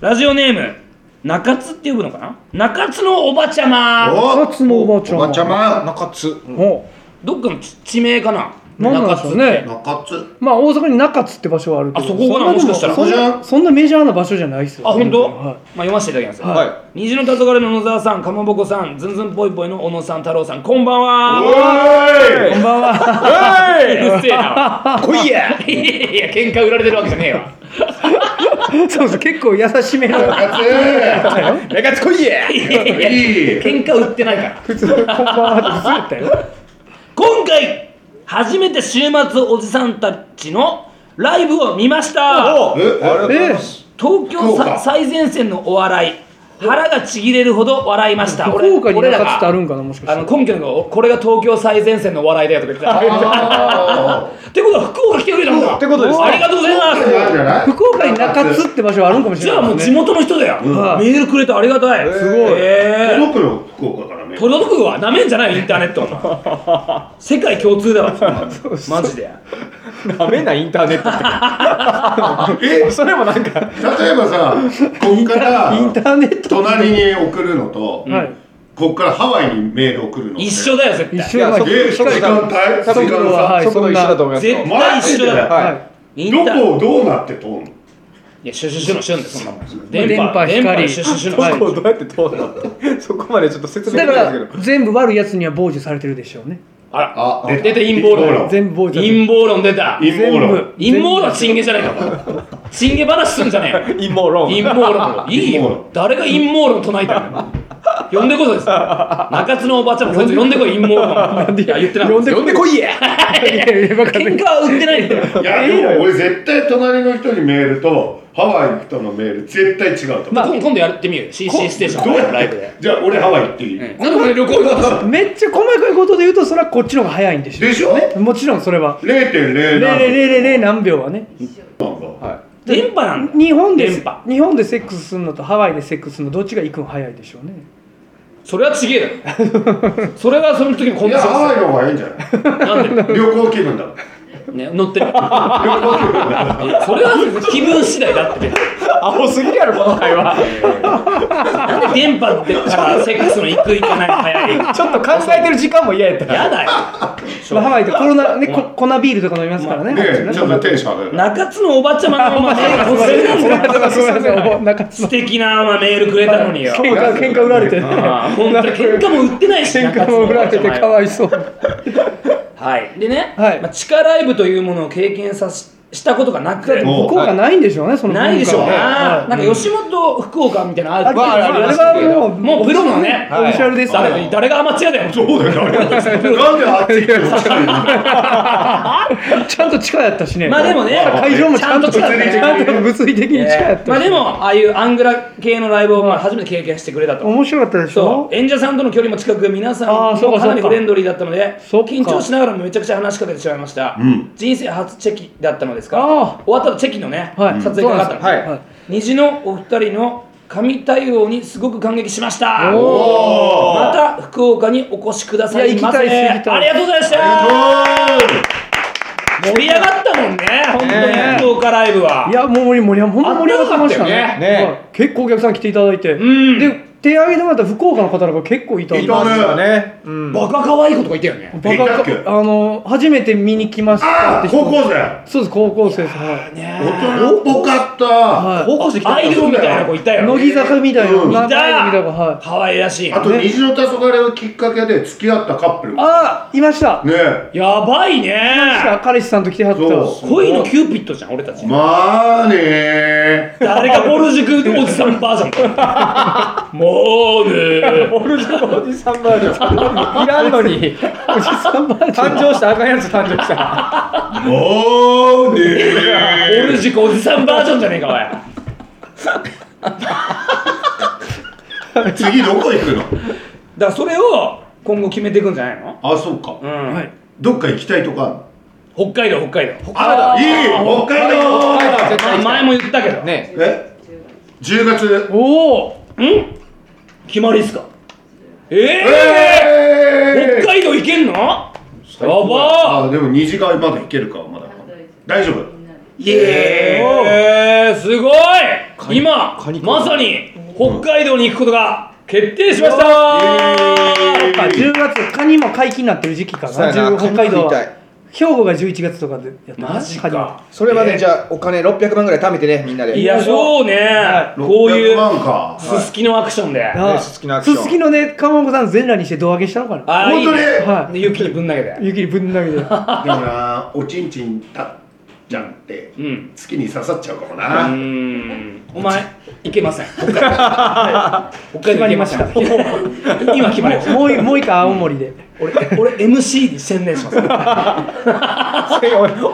[SPEAKER 1] ラジオネーム中津って呼ぶのかな中津のおばちゃま
[SPEAKER 2] お
[SPEAKER 4] あつのおばちゃ
[SPEAKER 2] お
[SPEAKER 4] ん
[SPEAKER 2] ばちゃま。
[SPEAKER 3] 中津。
[SPEAKER 4] お
[SPEAKER 1] どっかの地地名かな
[SPEAKER 4] なんなんでしょ
[SPEAKER 1] 中
[SPEAKER 4] うね
[SPEAKER 1] 津って
[SPEAKER 2] 中津。
[SPEAKER 4] まあ大阪に中津って場所はあるけど
[SPEAKER 1] あそこかなもしかしたら
[SPEAKER 4] そん
[SPEAKER 2] そこじ
[SPEAKER 4] な
[SPEAKER 2] ゃん
[SPEAKER 4] そんなメジャーな場所じゃないっ すよ
[SPEAKER 1] あ本当、
[SPEAKER 4] は
[SPEAKER 1] まあ読ませていただきます、
[SPEAKER 3] はい。
[SPEAKER 1] 虹の黄昏の野沢さんかまぼこさんずんずんぽいぽいの小野さん太郎さんこんばん
[SPEAKER 2] お
[SPEAKER 1] は
[SPEAKER 2] ーい。
[SPEAKER 4] いこんばんは
[SPEAKER 1] うる せえな来いや いやいや喧嘩売られてるわけじゃねえわ
[SPEAKER 4] そうそう結構優しめの
[SPEAKER 2] 中
[SPEAKER 3] 中津来いや
[SPEAKER 1] いやい
[SPEAKER 2] 津。
[SPEAKER 1] や
[SPEAKER 2] いい。
[SPEAKER 1] 喧嘩売ってないから
[SPEAKER 4] 普通のこんばんはって普通 やったよ
[SPEAKER 1] 今回初めて週末おじさんたちのライブを見ました
[SPEAKER 3] お
[SPEAKER 2] え
[SPEAKER 3] ありがとうございます。
[SPEAKER 1] 東京
[SPEAKER 2] 福
[SPEAKER 1] さ
[SPEAKER 2] 岡
[SPEAKER 1] 最前線のお笑い腹がちぎれるほど笑いました
[SPEAKER 4] 福
[SPEAKER 1] 俺
[SPEAKER 4] 岡に
[SPEAKER 1] 俺ら
[SPEAKER 4] 中津ってあ
[SPEAKER 1] が
[SPEAKER 4] るんかなもしか
[SPEAKER 1] あ
[SPEAKER 4] して
[SPEAKER 1] の根拠のこれが東京最前線のお笑いだよとか言ってた
[SPEAKER 2] あ
[SPEAKER 1] ってことは福岡来てくれたんだ
[SPEAKER 3] ってことです
[SPEAKER 1] ありがとうござい
[SPEAKER 2] あ。なん
[SPEAKER 1] ま
[SPEAKER 2] じゃない？
[SPEAKER 4] 福岡に中津って場所はあるんかも
[SPEAKER 1] す
[SPEAKER 4] し
[SPEAKER 1] じ
[SPEAKER 4] れ
[SPEAKER 1] ゃ
[SPEAKER 4] な
[SPEAKER 1] あ
[SPEAKER 4] い
[SPEAKER 1] もう
[SPEAKER 4] で
[SPEAKER 1] 地
[SPEAKER 4] すね
[SPEAKER 1] 元の人だよ、
[SPEAKER 4] ん
[SPEAKER 1] メールくれてありがたい、
[SPEAKER 3] すごい
[SPEAKER 1] えー、
[SPEAKER 2] 届くの福岡からね。
[SPEAKER 1] 届くわなめんじゃないよインターネットは世界共通だわマジで
[SPEAKER 3] ダメなインターネットって。えそれもなんか、
[SPEAKER 2] 例えばさ、こっから
[SPEAKER 4] インターネット
[SPEAKER 2] 隣に送るのと、
[SPEAKER 4] はい
[SPEAKER 2] こっからハワイにメール送るのって。
[SPEAKER 1] 一緒だよ絶対
[SPEAKER 4] 一緒
[SPEAKER 3] いや
[SPEAKER 4] や
[SPEAKER 3] そ
[SPEAKER 2] え時
[SPEAKER 3] 光
[SPEAKER 2] 間帯？時
[SPEAKER 4] 速度
[SPEAKER 2] 間
[SPEAKER 4] ははい
[SPEAKER 3] 速度一緒だと思いますよ
[SPEAKER 1] 絶。対
[SPEAKER 2] マ
[SPEAKER 1] 一
[SPEAKER 2] ジ
[SPEAKER 1] 緒
[SPEAKER 2] で
[SPEAKER 1] だよ
[SPEAKER 3] は
[SPEAKER 4] はい
[SPEAKER 1] インタ
[SPEAKER 2] ど
[SPEAKER 1] ー
[SPEAKER 2] こをどうなって通んの？
[SPEAKER 1] いやシュシュシュのシュンでそんなもん
[SPEAKER 4] 電波
[SPEAKER 1] 電波
[SPEAKER 4] 光
[SPEAKER 1] シュシュシュのシ
[SPEAKER 4] はい
[SPEAKER 1] ュ
[SPEAKER 3] どこをどうやって通るのってそこまでちょっと説明
[SPEAKER 4] だか
[SPEAKER 3] できないです
[SPEAKER 4] ら全部悪いやつには傍受されてるでしょうね
[SPEAKER 1] あら
[SPEAKER 2] あ、
[SPEAKER 1] 出た陰謀論
[SPEAKER 4] 全部傍受されてる
[SPEAKER 1] 陰謀論出た
[SPEAKER 2] 陰謀
[SPEAKER 4] 全
[SPEAKER 2] 論
[SPEAKER 4] 部。
[SPEAKER 1] 陰謀論チンゲじゃないかチンゲ話すんじゃねえよ
[SPEAKER 3] けど。陰謀論。
[SPEAKER 1] 陰謀論いい
[SPEAKER 2] 陰謀
[SPEAKER 1] よ
[SPEAKER 2] 論
[SPEAKER 1] 誰が陰謀論唱えたの呼んでこそです中津のおばあちゃんもそいつ呼んでこい陰謀論いや言ってない
[SPEAKER 4] 呼んで
[SPEAKER 3] 呼んでこいや
[SPEAKER 4] いやいやわかんない
[SPEAKER 1] 喧嘩は売ってないんだよ
[SPEAKER 2] いやでも俺絶対隣の人にメールとハワイの人のメール絶対違うと思
[SPEAKER 1] 今
[SPEAKER 2] う。
[SPEAKER 1] 今度やってみようよ CC ステーション
[SPEAKER 2] どう
[SPEAKER 1] の
[SPEAKER 2] や
[SPEAKER 1] ライ
[SPEAKER 2] っ
[SPEAKER 1] ブ
[SPEAKER 2] て
[SPEAKER 1] で？
[SPEAKER 2] じゃあ俺ハワイ行っていい？
[SPEAKER 1] なんでこれ旅行行こうとしたの
[SPEAKER 4] めっちゃ細かいことで言うとそれはこっちの方が早いんでしょ
[SPEAKER 2] でしょ？
[SPEAKER 4] もちろんそれは
[SPEAKER 2] 0.0
[SPEAKER 4] 0
[SPEAKER 2] 何
[SPEAKER 4] 0 0何秒はね
[SPEAKER 2] なんだ。
[SPEAKER 1] 電波なんだ
[SPEAKER 4] 日本で
[SPEAKER 1] 電波
[SPEAKER 4] 日本でセックスするのとハワイでセックスするのどっちが行くの早いでしょうね
[SPEAKER 1] それはちげえだろそれはその時のコン
[SPEAKER 2] い
[SPEAKER 1] ディ
[SPEAKER 2] や
[SPEAKER 1] シ
[SPEAKER 2] ハワイ
[SPEAKER 1] ョ
[SPEAKER 2] の方がいいんじゃない
[SPEAKER 1] ンですなんで、
[SPEAKER 2] 旅行気分だもん
[SPEAKER 1] ね、乗ってるそれは気分次第だって
[SPEAKER 3] 青すぎるやろこの会話
[SPEAKER 1] なんで電波でからセックスの行く行かない早い
[SPEAKER 3] ちょっと考えてる時間も嫌やった
[SPEAKER 1] やだよ
[SPEAKER 4] まあハワイってコロナねこ粉ビールとか飲みますからね
[SPEAKER 2] でちょっとテンション上がる
[SPEAKER 1] 中津のおばちゃまのお前が突然なんだよ
[SPEAKER 4] すみませんお中津
[SPEAKER 1] 素敵なまあメールくれたのによ
[SPEAKER 4] 喧嘩喧嘩売られて
[SPEAKER 1] ああ本当に喧嘩も売ってないし
[SPEAKER 4] 喧嘩も売られてかわいそう
[SPEAKER 1] はいでね、
[SPEAKER 4] はい
[SPEAKER 1] まあ、地下ライブというものを経験さししたことがなくて
[SPEAKER 2] も
[SPEAKER 4] 福岡ないんでしょうねその文化は
[SPEAKER 1] ないでしょうね、
[SPEAKER 4] は
[SPEAKER 1] なんか吉本福岡みたいなのある
[SPEAKER 4] い
[SPEAKER 3] わあ
[SPEAKER 4] あ
[SPEAKER 3] りま
[SPEAKER 4] れ
[SPEAKER 3] すけ
[SPEAKER 4] は
[SPEAKER 3] ど
[SPEAKER 4] もう
[SPEAKER 1] もうプロのね
[SPEAKER 4] オフィシャルですから
[SPEAKER 1] 誰誰がアマチュアだよ
[SPEAKER 2] そうだよ、なんであっち行って
[SPEAKER 4] ちゃんと地下やったしね
[SPEAKER 1] まあでもね
[SPEAKER 4] 会場もちゃんと
[SPEAKER 1] ちゃんと地下
[SPEAKER 4] ちゃんと物理的に地 下やったし
[SPEAKER 1] まあでもああいうアングラ系のライブをまあ初めて経験してくれたと
[SPEAKER 4] 面白かったでし
[SPEAKER 1] そ
[SPEAKER 4] ょ
[SPEAKER 1] う演者さんとの距離も近く皆さん
[SPEAKER 4] あーそう
[SPEAKER 1] も
[SPEAKER 4] か
[SPEAKER 1] かなり
[SPEAKER 4] そ
[SPEAKER 1] フ
[SPEAKER 4] うか
[SPEAKER 1] レンドリーだったので
[SPEAKER 4] そっか
[SPEAKER 1] 緊張しながらもめちゃくちゃ話しかけてしまいました、
[SPEAKER 2] ん
[SPEAKER 1] 人生初チェキだったのです
[SPEAKER 4] あ
[SPEAKER 1] が
[SPEAKER 4] ー
[SPEAKER 1] 終わったらチェキのね、
[SPEAKER 4] はい
[SPEAKER 1] 撮影がかかったので、
[SPEAKER 3] はい
[SPEAKER 4] はい
[SPEAKER 1] 虹のお二人の神対応にすごく感激しました
[SPEAKER 2] おー
[SPEAKER 1] また福岡にお越しくださいませ
[SPEAKER 4] いや行きたいです行きたい
[SPEAKER 1] ありがとうございました盛り上がったもんね本当
[SPEAKER 3] ね
[SPEAKER 1] に福岡ライブはい
[SPEAKER 4] やもう盛り盛り本当盛り上がってましたね
[SPEAKER 1] あったかか
[SPEAKER 3] ったよねね
[SPEAKER 4] はい結構お客さん来ていただいて、
[SPEAKER 1] ん
[SPEAKER 4] で手挙げてもらった福岡の方とか結構いたんで
[SPEAKER 2] いたね
[SPEAKER 3] よね、うん、
[SPEAKER 1] バカ可愛い子とかいたよね
[SPEAKER 4] バカ
[SPEAKER 2] いたっけ
[SPEAKER 4] あの初めて見に来ましたって人
[SPEAKER 2] 高校生
[SPEAKER 4] そうです高校生ですはい、
[SPEAKER 2] 大人っぽかった
[SPEAKER 4] は
[SPEAKER 3] 校生来
[SPEAKER 1] アイドルみたいな子いた
[SPEAKER 4] い、
[SPEAKER 1] よ
[SPEAKER 4] 乃木坂みたいな、
[SPEAKER 2] うん
[SPEAKER 4] ない
[SPEAKER 1] た
[SPEAKER 4] みたいなはい
[SPEAKER 1] 可愛らしい
[SPEAKER 2] あと虹の黄昏をきっかけで付き合ったカップルね
[SPEAKER 4] あいました、
[SPEAKER 1] やばいね
[SPEAKER 4] 彼氏さんと来てはった
[SPEAKER 2] そう
[SPEAKER 1] 恋のキューピッドじゃん俺たち
[SPEAKER 2] まあね
[SPEAKER 1] 誰がぼる塾おじさんバージョンかもうね
[SPEAKER 3] ボルジョおじさんバージョンいらんのに
[SPEAKER 4] おじさんバージョン
[SPEAKER 3] 誕生したあかんやつ誕生した
[SPEAKER 2] もうね
[SPEAKER 1] ぼる塾おじさんバージョンじゃねえかおい
[SPEAKER 2] 次どこ行くの
[SPEAKER 1] だからそれを今後決めていくんじゃないの
[SPEAKER 2] あ、そうか
[SPEAKER 1] うん、
[SPEAKER 2] どっか行きたいとか
[SPEAKER 1] 北海道北海道
[SPEAKER 2] あるいい北海道
[SPEAKER 1] まあ前も言ったけど
[SPEAKER 3] ね
[SPEAKER 2] え ?10 月
[SPEAKER 4] おお
[SPEAKER 1] うん決まりっすかええ
[SPEAKER 2] え
[SPEAKER 1] 北海道行けんのやば
[SPEAKER 2] あ、でも虹時間まだ行けるかまだ大丈夫
[SPEAKER 1] イエーイすごい今
[SPEAKER 3] カニか
[SPEAKER 1] まさに北海道に行くことが決定しました
[SPEAKER 4] あ10月カニも解禁になってる時期か
[SPEAKER 3] そう
[SPEAKER 4] な
[SPEAKER 3] やな
[SPEAKER 4] 10北海道
[SPEAKER 3] カニ食いた
[SPEAKER 4] はい兵庫が11月とかでやって
[SPEAKER 1] マジ
[SPEAKER 4] カニは
[SPEAKER 1] か
[SPEAKER 3] それまでじゃあお金600万ぐらい貯めてねみんなで
[SPEAKER 1] いやそうねこうい
[SPEAKER 2] 600
[SPEAKER 1] う
[SPEAKER 2] 万か
[SPEAKER 1] すすきのアクションで
[SPEAKER 4] ああ
[SPEAKER 3] すすきのアクション
[SPEAKER 4] すすきのね、かまぼこさん全裸にして胴上げしたのかな
[SPEAKER 1] ああいい
[SPEAKER 2] 本当
[SPEAKER 1] ね
[SPEAKER 2] に
[SPEAKER 4] は
[SPEAKER 1] で雪にぶん投げて
[SPEAKER 4] い。雪にぶん投げて。
[SPEAKER 2] でもなおちんちんたっちゃんって
[SPEAKER 1] うん
[SPEAKER 2] 月に刺さっちゃうかも
[SPEAKER 1] う
[SPEAKER 2] な、
[SPEAKER 1] ーんお前いけません北海道北海道いけません
[SPEAKER 4] 決
[SPEAKER 1] 今決まりま した
[SPEAKER 4] もういもう一回青森で。
[SPEAKER 1] 俺俺 MC に専念します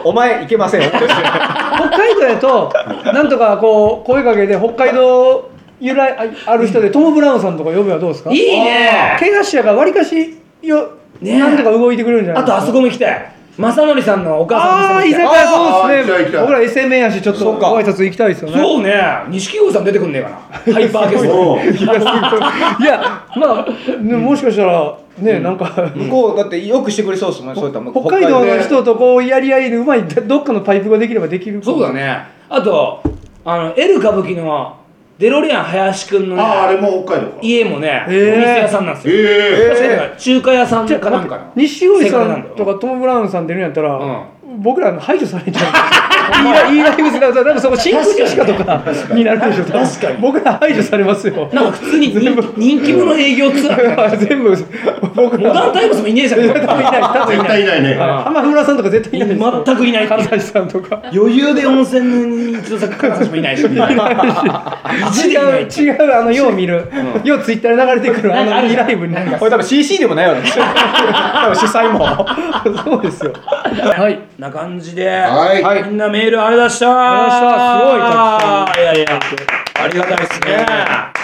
[SPEAKER 3] お前いけません
[SPEAKER 4] 北海道やと、なんとかこう、声かけて、北海道由来あある人で、トム・ブラウンさんとか呼ぶはどうですか
[SPEAKER 1] いいね
[SPEAKER 4] 怪我しやから、わりかし、よ、
[SPEAKER 1] ねえ
[SPEAKER 4] なんとか動いてくれるんじゃない
[SPEAKER 1] あとあそこも行きたい正則さんのお母
[SPEAKER 4] あ
[SPEAKER 1] さん
[SPEAKER 4] あ、
[SPEAKER 1] の
[SPEAKER 4] 居
[SPEAKER 1] 店
[SPEAKER 4] 酒
[SPEAKER 1] も行き
[SPEAKER 4] 屋そうで
[SPEAKER 2] あー行きたい行き
[SPEAKER 4] すね。
[SPEAKER 2] たい
[SPEAKER 4] 僕ら SM やし、ちょっと
[SPEAKER 3] そうか
[SPEAKER 4] ご挨拶行きたいですよ
[SPEAKER 1] たい
[SPEAKER 4] ね。
[SPEAKER 1] そうね錦鯉さん出てくんねえかなハイパーゲスト
[SPEAKER 2] おう
[SPEAKER 4] いや、まあ、ねもしかしたら、ね、なんか。
[SPEAKER 3] 向こうだってよくしてくれそうですもんねそういったもん
[SPEAKER 4] 北海道の人とこうやり合いでうまいどっかのパイプができればできる
[SPEAKER 1] そうだねあとあの L 歌舞伎のデロリアン林くんのね
[SPEAKER 2] ああれも北海道か
[SPEAKER 1] 家もね、
[SPEAKER 4] へえ
[SPEAKER 1] お店屋さんなんですよ、
[SPEAKER 2] ええ
[SPEAKER 1] 確かになんか中華屋さん
[SPEAKER 4] じゃ
[SPEAKER 1] かなんかな
[SPEAKER 4] 西堀さん
[SPEAKER 1] 正解
[SPEAKER 4] と
[SPEAKER 1] な
[SPEAKER 4] かトム・ブラウンさん出るんやったら、
[SPEAKER 1] う
[SPEAKER 4] 僕ら排除されちゃういいライブするなんかそこ真空ジェシカとかになるでしょ多分
[SPEAKER 1] 確かに
[SPEAKER 4] 僕ら排除されますよ
[SPEAKER 1] なんか普通に人気人気者営業ツアーみたいな
[SPEAKER 4] 全部僕
[SPEAKER 1] モ
[SPEAKER 4] ら
[SPEAKER 1] ダンタイムズもいねえじゃん
[SPEAKER 4] 多分いない多分
[SPEAKER 2] 絶
[SPEAKER 4] いない
[SPEAKER 2] 対いないね
[SPEAKER 1] あ
[SPEAKER 4] 浜村さんとか絶対いないです
[SPEAKER 1] 全くいない
[SPEAKER 4] 神崎さんとか
[SPEAKER 1] 余裕で温泉に一度作家さんもいないし意地でいない
[SPEAKER 4] 違う違うあのよう見る、ようツイッターで流れてくるあ
[SPEAKER 1] なんかあ
[SPEAKER 4] の
[SPEAKER 1] る
[SPEAKER 4] いい
[SPEAKER 1] じゃん
[SPEAKER 4] ライブに
[SPEAKER 1] なんか
[SPEAKER 3] これ多分 CC でもないわね多分主催も
[SPEAKER 4] そうですよはい
[SPEAKER 1] な感じで、
[SPEAKER 2] はい、
[SPEAKER 3] はい
[SPEAKER 1] みんなメールあれだした
[SPEAKER 4] ありがとうございましたすごいたくさん
[SPEAKER 1] いやいやありがたいですね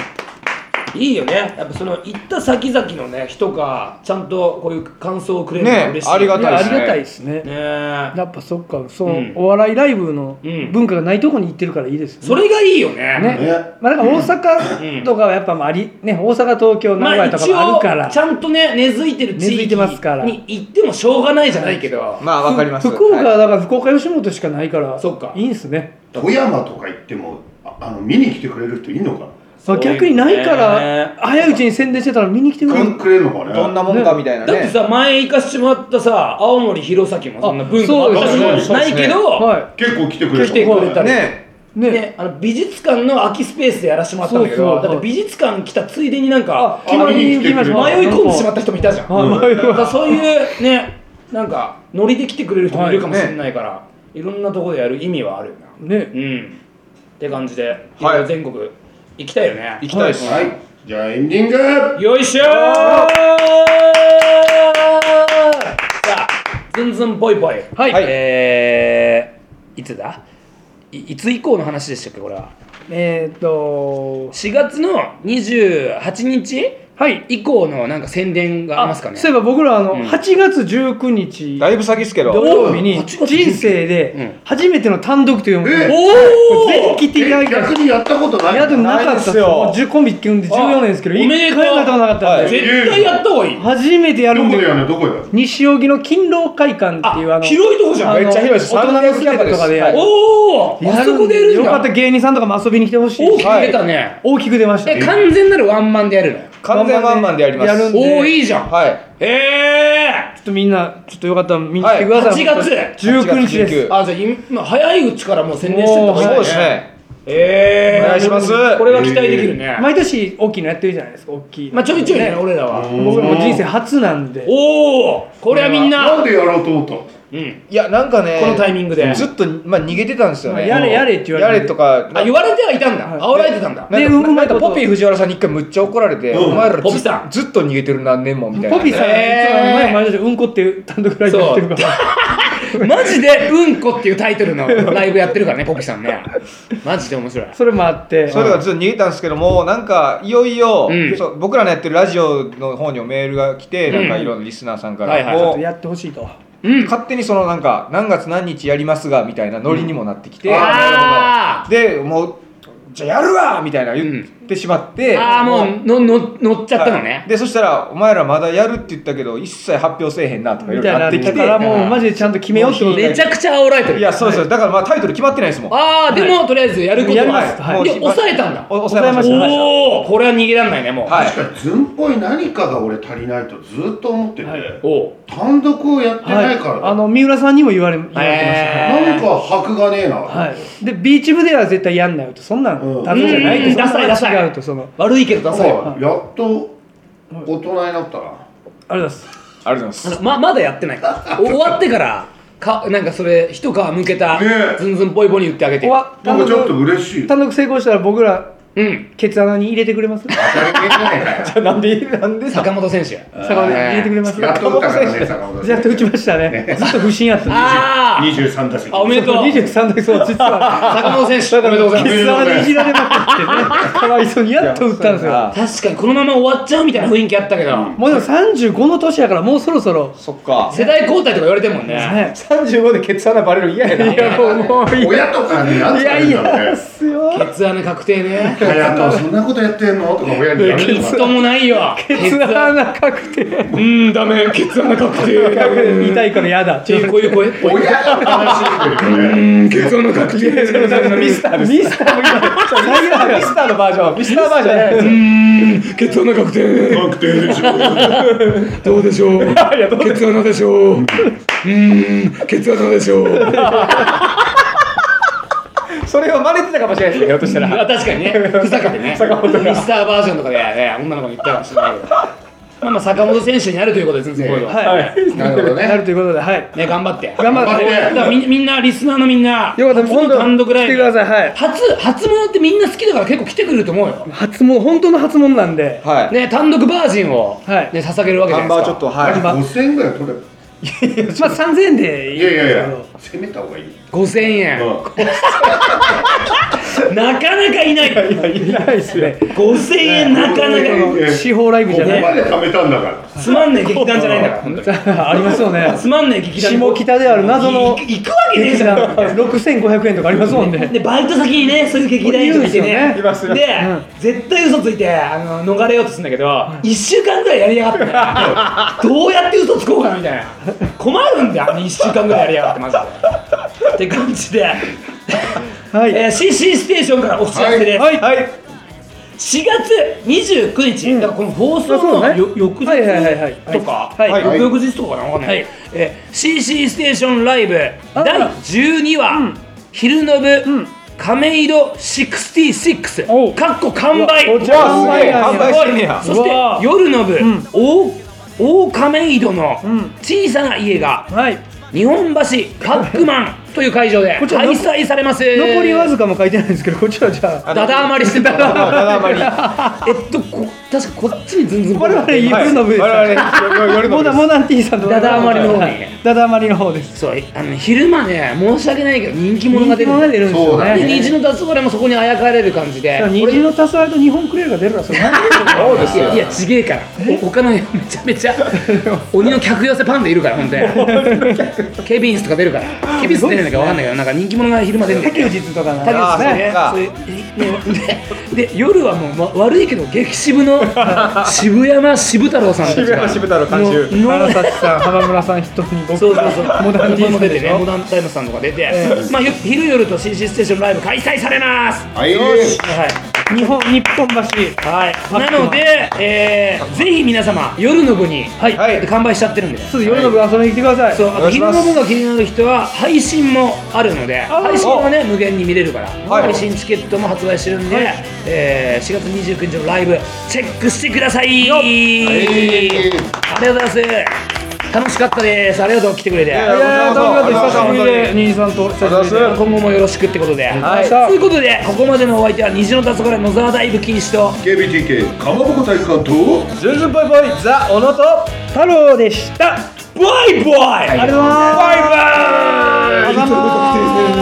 [SPEAKER 1] いいよねやっぱその行った先々のね人がちゃんとこういう感想をくれるのが
[SPEAKER 3] ね
[SPEAKER 1] 嬉しい
[SPEAKER 3] ありが
[SPEAKER 4] いやあ
[SPEAKER 3] たいです
[SPEAKER 4] り
[SPEAKER 3] ね
[SPEAKER 4] がたいですね
[SPEAKER 1] ねえ
[SPEAKER 4] やっぱそっかそ
[SPEAKER 1] うん
[SPEAKER 4] のお笑いライブの
[SPEAKER 1] うん
[SPEAKER 4] 文化がないとこに行ってるからいいですよね
[SPEAKER 1] それがいいよね
[SPEAKER 4] ね
[SPEAKER 2] ね
[SPEAKER 4] まあ、だから大阪とかはやっぱまああり、ね、大阪東京名
[SPEAKER 1] ま
[SPEAKER 4] 古
[SPEAKER 1] あ
[SPEAKER 4] 屋
[SPEAKER 1] 一
[SPEAKER 4] とかもあるから
[SPEAKER 1] 応ちゃんとね根付いてる
[SPEAKER 4] 根
[SPEAKER 1] 地
[SPEAKER 4] 付い
[SPEAKER 1] 域
[SPEAKER 4] てますから
[SPEAKER 1] に行ってもしょうがないじゃないけど、
[SPEAKER 3] まあわかります
[SPEAKER 4] 福岡
[SPEAKER 3] は
[SPEAKER 4] はだから福岡吉本しかないから
[SPEAKER 1] そっか
[SPEAKER 4] いいんすね、
[SPEAKER 2] 富山とか行ってもああの見に来てくれる人いるのかな
[SPEAKER 4] まあ、
[SPEAKER 1] そうよね
[SPEAKER 4] 逆にないから早いうちに宣伝してたら見に来てくれる
[SPEAKER 2] くれるのかね
[SPEAKER 3] いどんなもんかみたいな
[SPEAKER 1] だって
[SPEAKER 3] ね
[SPEAKER 1] さ前行かしてもらったさ青森弘前もそんな文化もあった
[SPEAKER 2] あそうです
[SPEAKER 1] し
[SPEAKER 2] よ
[SPEAKER 1] ないけど、
[SPEAKER 4] は
[SPEAKER 2] 結構来てくれる
[SPEAKER 1] 来てくれた
[SPEAKER 3] ね
[SPEAKER 4] いね
[SPEAKER 1] ね、あの美術館の空きスペースでやらせてもらったんだけど
[SPEAKER 4] そうそう
[SPEAKER 1] だって美術館来たついでになんか
[SPEAKER 4] あ決まりに行きまし
[SPEAKER 1] 迷
[SPEAKER 4] ょ
[SPEAKER 1] いう込んでしまった人もいたじゃん、
[SPEAKER 4] はい
[SPEAKER 1] だからそういうねなんかノリで来てくれる人もいるかもしれないから、いろんなところでやる意味はあるよな
[SPEAKER 4] ね
[SPEAKER 1] うんって感じで、
[SPEAKER 3] はい
[SPEAKER 1] 全国行きたいよね
[SPEAKER 3] 行きたいっす
[SPEAKER 2] はいじゃあエンディング
[SPEAKER 1] よいしょーさあズンズンぽいぽい
[SPEAKER 4] はい
[SPEAKER 3] はい
[SPEAKER 1] えー、いつだいいつ以降の話でしたっけこれは
[SPEAKER 4] えーっと
[SPEAKER 1] 4月の28日
[SPEAKER 4] はい
[SPEAKER 1] 以降のなんか宣伝がありますかね
[SPEAKER 4] そういえば僕らあの、
[SPEAKER 1] ん
[SPEAKER 4] 8月19日
[SPEAKER 3] だいぶ先っすけ
[SPEAKER 4] 土
[SPEAKER 3] ど
[SPEAKER 4] 曜日
[SPEAKER 1] お
[SPEAKER 4] に
[SPEAKER 1] ー8月19
[SPEAKER 4] 人生
[SPEAKER 1] う
[SPEAKER 4] で
[SPEAKER 1] ん
[SPEAKER 4] 初めての単独というものを
[SPEAKER 1] お
[SPEAKER 2] え
[SPEAKER 4] ぜ
[SPEAKER 1] ー
[SPEAKER 4] ひ来ていただきたい
[SPEAKER 2] 逆にやったことない
[SPEAKER 4] やでもなかったですよ
[SPEAKER 3] ないです
[SPEAKER 4] 10コンビ組んで14年ですけど
[SPEAKER 1] あお
[SPEAKER 4] 一
[SPEAKER 1] めで
[SPEAKER 4] 回
[SPEAKER 1] とう
[SPEAKER 4] もやったことなかったんで
[SPEAKER 3] はい
[SPEAKER 1] 絶対やった方がいい
[SPEAKER 4] 初めてやる
[SPEAKER 2] ど
[SPEAKER 4] ん
[SPEAKER 2] こ
[SPEAKER 4] で
[SPEAKER 2] でやるのどこでやる
[SPEAKER 4] 西荻の勤労会館っていうあ
[SPEAKER 1] あ
[SPEAKER 4] の
[SPEAKER 1] 広いとこじゃん
[SPEAKER 4] あ
[SPEAKER 1] め
[SPEAKER 4] の
[SPEAKER 1] っちゃ広い
[SPEAKER 3] し
[SPEAKER 4] 大人のスケートとかで
[SPEAKER 3] サウナの近くですはい
[SPEAKER 1] おおあそこでやるん
[SPEAKER 4] よ
[SPEAKER 1] だ
[SPEAKER 4] かった芸人さんとかも遊びに来てほしい
[SPEAKER 1] 大き
[SPEAKER 4] し
[SPEAKER 1] く出たね
[SPEAKER 4] 大きく出ました
[SPEAKER 1] え完全なるワンマンでやるの
[SPEAKER 3] 完全ワンマンでやります
[SPEAKER 4] やるんで
[SPEAKER 1] おおいいじゃん
[SPEAKER 3] はい
[SPEAKER 1] へえ
[SPEAKER 4] ちょっとみんなちょっとよかったら見に来てください、
[SPEAKER 1] はい8月
[SPEAKER 4] 19日です
[SPEAKER 3] 19
[SPEAKER 1] あじゃあ今早いうちからもう宣伝してった方がいいね
[SPEAKER 3] そうですね
[SPEAKER 1] ええ
[SPEAKER 3] お願いします
[SPEAKER 1] これは期待できるね
[SPEAKER 4] 毎年大きいのやってるじゃないですか大きいの
[SPEAKER 1] まあちょいちょいね俺らは
[SPEAKER 4] 僕らも人生初なんで
[SPEAKER 1] おおこれはみん
[SPEAKER 2] な
[SPEAKER 1] なん
[SPEAKER 2] でやろうと思ったの
[SPEAKER 1] うん
[SPEAKER 3] いやなんかね
[SPEAKER 1] このタイミングで
[SPEAKER 3] ずっとまあ逃げてたんですよ
[SPEAKER 4] まあ
[SPEAKER 3] ね
[SPEAKER 4] やれやれって言われて
[SPEAKER 3] やれとか
[SPEAKER 1] あ言われてはいたんだ
[SPEAKER 4] はい
[SPEAKER 1] 煽られてたん だ
[SPEAKER 4] で
[SPEAKER 3] なんか
[SPEAKER 4] うまいこと
[SPEAKER 3] なんかポピー藤原さんに一回むっちゃ怒られて、
[SPEAKER 2] うん
[SPEAKER 3] お前ら
[SPEAKER 1] ポピさん
[SPEAKER 3] ずずっと逃げてる何年もみたいな
[SPEAKER 4] ポピーさん、
[SPEAKER 1] えー
[SPEAKER 4] いつも前毎年うんこっていう単独ライブやってるから
[SPEAKER 1] マジで「うんこ」っていうタイトルのライブやってるからねポピさんねマジで面白い
[SPEAKER 4] それもあって
[SPEAKER 3] それがずっと逃げたんですけどもなんかいよいよ、
[SPEAKER 1] うん
[SPEAKER 3] そう僕らのやってるラジオの方にもメールが来て、なんかいろんなリスナーさんか
[SPEAKER 1] はいは
[SPEAKER 3] ら
[SPEAKER 1] いはい
[SPEAKER 3] もう
[SPEAKER 4] やってほしいと
[SPEAKER 1] うん
[SPEAKER 3] 勝手にそのなんか何月何日やりますがみたいなノリにもなってきて、
[SPEAKER 2] うん
[SPEAKER 1] あー
[SPEAKER 3] でもうじゃあやるわみたいな言ってしまって、
[SPEAKER 1] ああもうのの乗っちゃったの
[SPEAKER 3] は
[SPEAKER 1] ね
[SPEAKER 3] いでそしたら「お前らまだやるって言ったけど一切発表せえへんな」とかいろ
[SPEAKER 4] み
[SPEAKER 3] い
[SPEAKER 4] た
[SPEAKER 3] ろ
[SPEAKER 4] い
[SPEAKER 3] な
[SPEAKER 4] な
[SPEAKER 3] ってき
[SPEAKER 4] だ
[SPEAKER 3] て
[SPEAKER 4] からもうマジでちゃんと決めようってこと
[SPEAKER 1] めちゃくちゃ煽られてる
[SPEAKER 3] いやそうですよだからまあタイトル決まってないですもん
[SPEAKER 1] ああでもとりあえずやること
[SPEAKER 4] やり
[SPEAKER 1] は
[SPEAKER 4] ますはい
[SPEAKER 1] で抑えたんだ
[SPEAKER 3] お抑えまし
[SPEAKER 4] 抑え
[SPEAKER 3] た
[SPEAKER 4] まし
[SPEAKER 1] おおこれは逃げらんないねもう
[SPEAKER 3] はい
[SPEAKER 2] 確かにずんぽい何かが俺足りないとずっと思ってて、
[SPEAKER 4] はい
[SPEAKER 1] おお
[SPEAKER 2] 単独をやってないからだ、
[SPEAKER 4] はい、あの三浦さんにも言われ言われてました、
[SPEAKER 1] へ
[SPEAKER 2] なんか箔がねえな、
[SPEAKER 4] はい、でビーチ部では絶対やんなよとそんなん
[SPEAKER 2] うん
[SPEAKER 4] ダメじゃないと、
[SPEAKER 1] うん
[SPEAKER 4] そんな
[SPEAKER 1] ダサいダサい
[SPEAKER 4] 違うとその
[SPEAKER 1] 悪いけどダ
[SPEAKER 2] な
[SPEAKER 1] サいわ
[SPEAKER 2] んかやっと大人になったな、
[SPEAKER 4] あれです
[SPEAKER 3] ありがとうござ
[SPEAKER 1] あ
[SPEAKER 3] いま
[SPEAKER 1] のままだやってないからお終わってからかなんかそれ一皮むけた
[SPEAKER 2] ねえ
[SPEAKER 1] ずんずんぽいぽいに言ってあげて
[SPEAKER 4] 終
[SPEAKER 1] よ
[SPEAKER 4] わ
[SPEAKER 2] な
[SPEAKER 4] 単
[SPEAKER 2] んかちょっと
[SPEAKER 4] 独
[SPEAKER 2] 嬉しい
[SPEAKER 4] 単独成功したら僕ら
[SPEAKER 1] うん
[SPEAKER 4] ケツ穴に入れてくれます
[SPEAKER 2] 当たり前じゃねえかよ
[SPEAKER 3] す なんでなんで
[SPEAKER 1] 坂本選手
[SPEAKER 4] 坂本入れてくれます
[SPEAKER 2] やっと打ったからね坂本
[SPEAKER 4] やっと打ち
[SPEAKER 2] 選
[SPEAKER 4] ましたねずっと不審やったんで
[SPEAKER 1] ああ
[SPEAKER 2] 手23打席
[SPEAKER 1] あおめでとう
[SPEAKER 4] 23代そう実は
[SPEAKER 1] 坂本選手おめでとうございます
[SPEAKER 4] ケツ穴にいじられまくってねかわいそうにやっと打ったんですよ
[SPEAKER 1] 確かにこのまま終わっちゃうみたいな雰囲気あったけど、
[SPEAKER 4] もうでも35の年やからもうそろそろ
[SPEAKER 3] そっか
[SPEAKER 1] 世代交代とか言われてるもんね
[SPEAKER 4] ね
[SPEAKER 3] 35でケツ穴バレるの嫌やない
[SPEAKER 4] やもうもういい
[SPEAKER 2] 親とかになっ
[SPEAKER 4] い
[SPEAKER 2] て
[SPEAKER 4] や
[SPEAKER 2] た
[SPEAKER 4] い
[SPEAKER 2] んだ
[SPEAKER 4] や
[SPEAKER 2] ろ
[SPEAKER 4] っ
[SPEAKER 2] うね
[SPEAKER 4] すよ
[SPEAKER 1] ケツ穴確定 ね
[SPEAKER 2] 隼人そんなことやってんのとか親にやめ
[SPEAKER 1] ケ
[SPEAKER 2] て
[SPEAKER 1] ツ
[SPEAKER 2] も
[SPEAKER 1] ともないよ
[SPEAKER 4] ケツ穴確定
[SPEAKER 1] うんダメケツ穴確定
[SPEAKER 4] 痛いから嫌だっていう
[SPEAKER 1] こういう声
[SPEAKER 2] 親が楽しんでるよね
[SPEAKER 1] うんケツ穴確定
[SPEAKER 3] ミスター
[SPEAKER 4] ミスターも今
[SPEAKER 3] ミスターのバージョンミスターバージョンや
[SPEAKER 1] うーんケツ穴確定
[SPEAKER 2] 確定でしょ
[SPEAKER 1] どうでし ょうケツ穴でしょううーんケツ穴でしょう
[SPEAKER 3] それを真似てたかもしれないですねひょっとしたら
[SPEAKER 1] あ確かに ねふざけてね
[SPEAKER 3] 坂本が
[SPEAKER 1] ミスターバージョンとかでね女の子に言ったかもしれないけどまあまあ坂本選手になるということですねこういうの
[SPEAKER 4] はい
[SPEAKER 2] なるほどね
[SPEAKER 4] なるということではい
[SPEAKER 1] ね頑張って
[SPEAKER 4] 頑張って
[SPEAKER 1] だからみんみんなリスナーのみんな
[SPEAKER 4] よかった、
[SPEAKER 1] 初
[SPEAKER 4] 本
[SPEAKER 1] の
[SPEAKER 4] 当
[SPEAKER 1] 単独ライ
[SPEAKER 4] 来
[SPEAKER 1] ブ
[SPEAKER 4] てください。はい。
[SPEAKER 1] 初初物ってみんな好きだから結構来てくれると思うよ、
[SPEAKER 4] 初物、本当の初物なんで。
[SPEAKER 3] はい
[SPEAKER 1] ね、単独バージンを、
[SPEAKER 4] はい
[SPEAKER 1] ね、捧げるわけじ
[SPEAKER 3] ハ
[SPEAKER 1] ゃ
[SPEAKER 3] ン
[SPEAKER 1] ない
[SPEAKER 3] バー
[SPEAKER 1] ですか
[SPEAKER 3] ちょっと
[SPEAKER 2] あ
[SPEAKER 3] は
[SPEAKER 2] れ
[SPEAKER 3] い
[SPEAKER 2] 5000円ぐらい取れば
[SPEAKER 4] まあ、3000円でい
[SPEAKER 2] い
[SPEAKER 4] い
[SPEAKER 2] やいやい
[SPEAKER 4] ん
[SPEAKER 2] や
[SPEAKER 4] です
[SPEAKER 2] 攻めた方がいい
[SPEAKER 1] 5000円、
[SPEAKER 2] うん
[SPEAKER 1] なかなかいない
[SPEAKER 3] いやいないですね
[SPEAKER 1] 5000円なかなか
[SPEAKER 4] 司法ライブじゃな
[SPEAKER 5] ま
[SPEAKER 4] い
[SPEAKER 5] で貯めたんだから
[SPEAKER 1] つまんない劇団じゃないんだから本当に
[SPEAKER 4] ありますよね
[SPEAKER 1] つまんない劇団
[SPEAKER 4] 下北である謎の
[SPEAKER 1] い行くわけねえじゃん
[SPEAKER 4] 6500円とかありますもんね
[SPEAKER 1] でバイト先にねそういう劇団員とかいてね
[SPEAKER 3] いますよね
[SPEAKER 1] で、絶対嘘ついてあの逃れようとするんだけど、1週間ぐらいやりやがってねどうやって嘘つこうかなみたいな困るんだよあの1週間ぐらいやりやがってマジでって感じで、
[SPEAKER 4] はい
[SPEAKER 1] えー、CC ステーションからお知らせです、
[SPEAKER 4] はいはい
[SPEAKER 1] 4月29日、だからこの放送
[SPEAKER 4] そう
[SPEAKER 1] の
[SPEAKER 4] ね
[SPEAKER 1] よ、翌日
[SPEAKER 4] はいはいはいはい
[SPEAKER 1] とか、
[SPEAKER 4] はいはい
[SPEAKER 1] 翌々日とかかな、わかんない
[SPEAKER 4] はい
[SPEAKER 1] えー CC ステーションライブ
[SPEAKER 4] あ
[SPEAKER 1] 第12話、昼の部、亀戸
[SPEAKER 4] おう
[SPEAKER 1] 66かっこ完売
[SPEAKER 4] おじゃあ
[SPEAKER 3] すげえ
[SPEAKER 4] 完売
[SPEAKER 3] 完売してんねや
[SPEAKER 1] そして
[SPEAKER 4] うわ
[SPEAKER 1] 夜の部、
[SPEAKER 4] ん
[SPEAKER 1] 大大亀戸の
[SPEAKER 4] ん
[SPEAKER 1] 小さな家が
[SPEAKER 4] はい
[SPEAKER 1] 日本橋パックマンという会場で
[SPEAKER 4] こちら
[SPEAKER 1] 開催されます
[SPEAKER 4] 残りわずかも書いてないんですけどこっちはじゃあ
[SPEAKER 1] ダダ余りしてた
[SPEAKER 3] ただあまり
[SPEAKER 1] えっとこ確かこっちにずんずん
[SPEAKER 4] 我々夜の部です
[SPEAKER 3] はい我々夜 の
[SPEAKER 4] モ
[SPEAKER 3] 部
[SPEAKER 4] ダ
[SPEAKER 3] です
[SPEAKER 4] モダン T さんと
[SPEAKER 1] ダダ余りの方に
[SPEAKER 4] はいダダ余りの方です
[SPEAKER 1] そうあの昼間ね申し訳ないけど人気者
[SPEAKER 4] 人
[SPEAKER 1] が
[SPEAKER 4] 気
[SPEAKER 1] 出る
[SPEAKER 4] 者が出るんですよ
[SPEAKER 1] で
[SPEAKER 4] ね
[SPEAKER 1] 虹の黄昏もそこにあやかれる感じで
[SPEAKER 4] 虹の黄昏と日本クレールが出るからそれ何
[SPEAKER 3] そうですよ
[SPEAKER 1] いやちげえからお他のめちゃめちゃ鬼の客寄せパンでいるからほんでケビンスとか出るからケビンス出ないのかわかんないけどなんか人気者が昼間出るんだよ
[SPEAKER 4] 竹
[SPEAKER 1] ね
[SPEAKER 4] 内とかな
[SPEAKER 1] 竹内さんね
[SPEAKER 3] あ
[SPEAKER 1] そういうねでで夜はもう、ま、悪いけど激渋の渋山渋太郎さんたち
[SPEAKER 3] 渋
[SPEAKER 1] が
[SPEAKER 3] 谷渋太郎監
[SPEAKER 4] の
[SPEAKER 3] 修
[SPEAKER 4] 原崎さん浜村さん人にご
[SPEAKER 1] そうそうそう、モ
[SPEAKER 4] モ
[SPEAKER 1] ダ
[SPEAKER 4] ダ
[SPEAKER 1] ン
[SPEAKER 4] ン
[SPEAKER 1] テ
[SPEAKER 4] テ
[SPEAKER 1] ィー
[SPEAKER 4] ィー
[SPEAKER 1] も
[SPEAKER 4] さん
[SPEAKER 1] 出
[SPEAKER 4] で
[SPEAKER 1] て
[SPEAKER 4] し
[SPEAKER 1] ね、モ
[SPEAKER 4] ょ
[SPEAKER 1] ダンタイムさんとか出て、まあ、よ昼夜と CC ステーションライブ開催されます。
[SPEAKER 2] はい
[SPEAKER 1] はい、
[SPEAKER 4] 日本日本橋
[SPEAKER 1] はい、なので、えー、ぜひ皆様、夜の部に、はい
[SPEAKER 3] はい
[SPEAKER 1] 完売しちゃってるんで。
[SPEAKER 4] ちょっと夜の部遊びに来てください
[SPEAKER 1] そう、あと
[SPEAKER 3] お願いし
[SPEAKER 1] 昼
[SPEAKER 3] ま
[SPEAKER 1] の
[SPEAKER 3] す
[SPEAKER 1] 部が気になる人は配信もあるので、
[SPEAKER 4] ー
[SPEAKER 1] 配信はね無限に見れるから、
[SPEAKER 3] い
[SPEAKER 1] 配信チケットも発売してるんで、えー、4月29日のライブチェックしてください。
[SPEAKER 2] い
[SPEAKER 1] ありがとうございます。楽しかったです。ありがとう来てくれて。
[SPEAKER 4] いやー楽しかった久しぶり
[SPEAKER 3] あ
[SPEAKER 4] で
[SPEAKER 3] り
[SPEAKER 4] 兄さんと久しぶりで
[SPEAKER 3] ありがとうございます
[SPEAKER 1] 今後もよろしくってことで、
[SPEAKER 4] い
[SPEAKER 1] ということでここまでのお相手は虹の黄昏野沢大部禁止と
[SPEAKER 5] KBTK かまぼこ体育館と
[SPEAKER 3] ジュンジュンぽいぽいザ小野と
[SPEAKER 4] 太郎でした
[SPEAKER 1] バイバイ
[SPEAKER 4] ありがとうございます
[SPEAKER 1] バイバイ
[SPEAKER 4] ありがとうご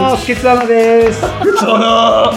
[SPEAKER 4] ざいますケツ穴です
[SPEAKER 1] その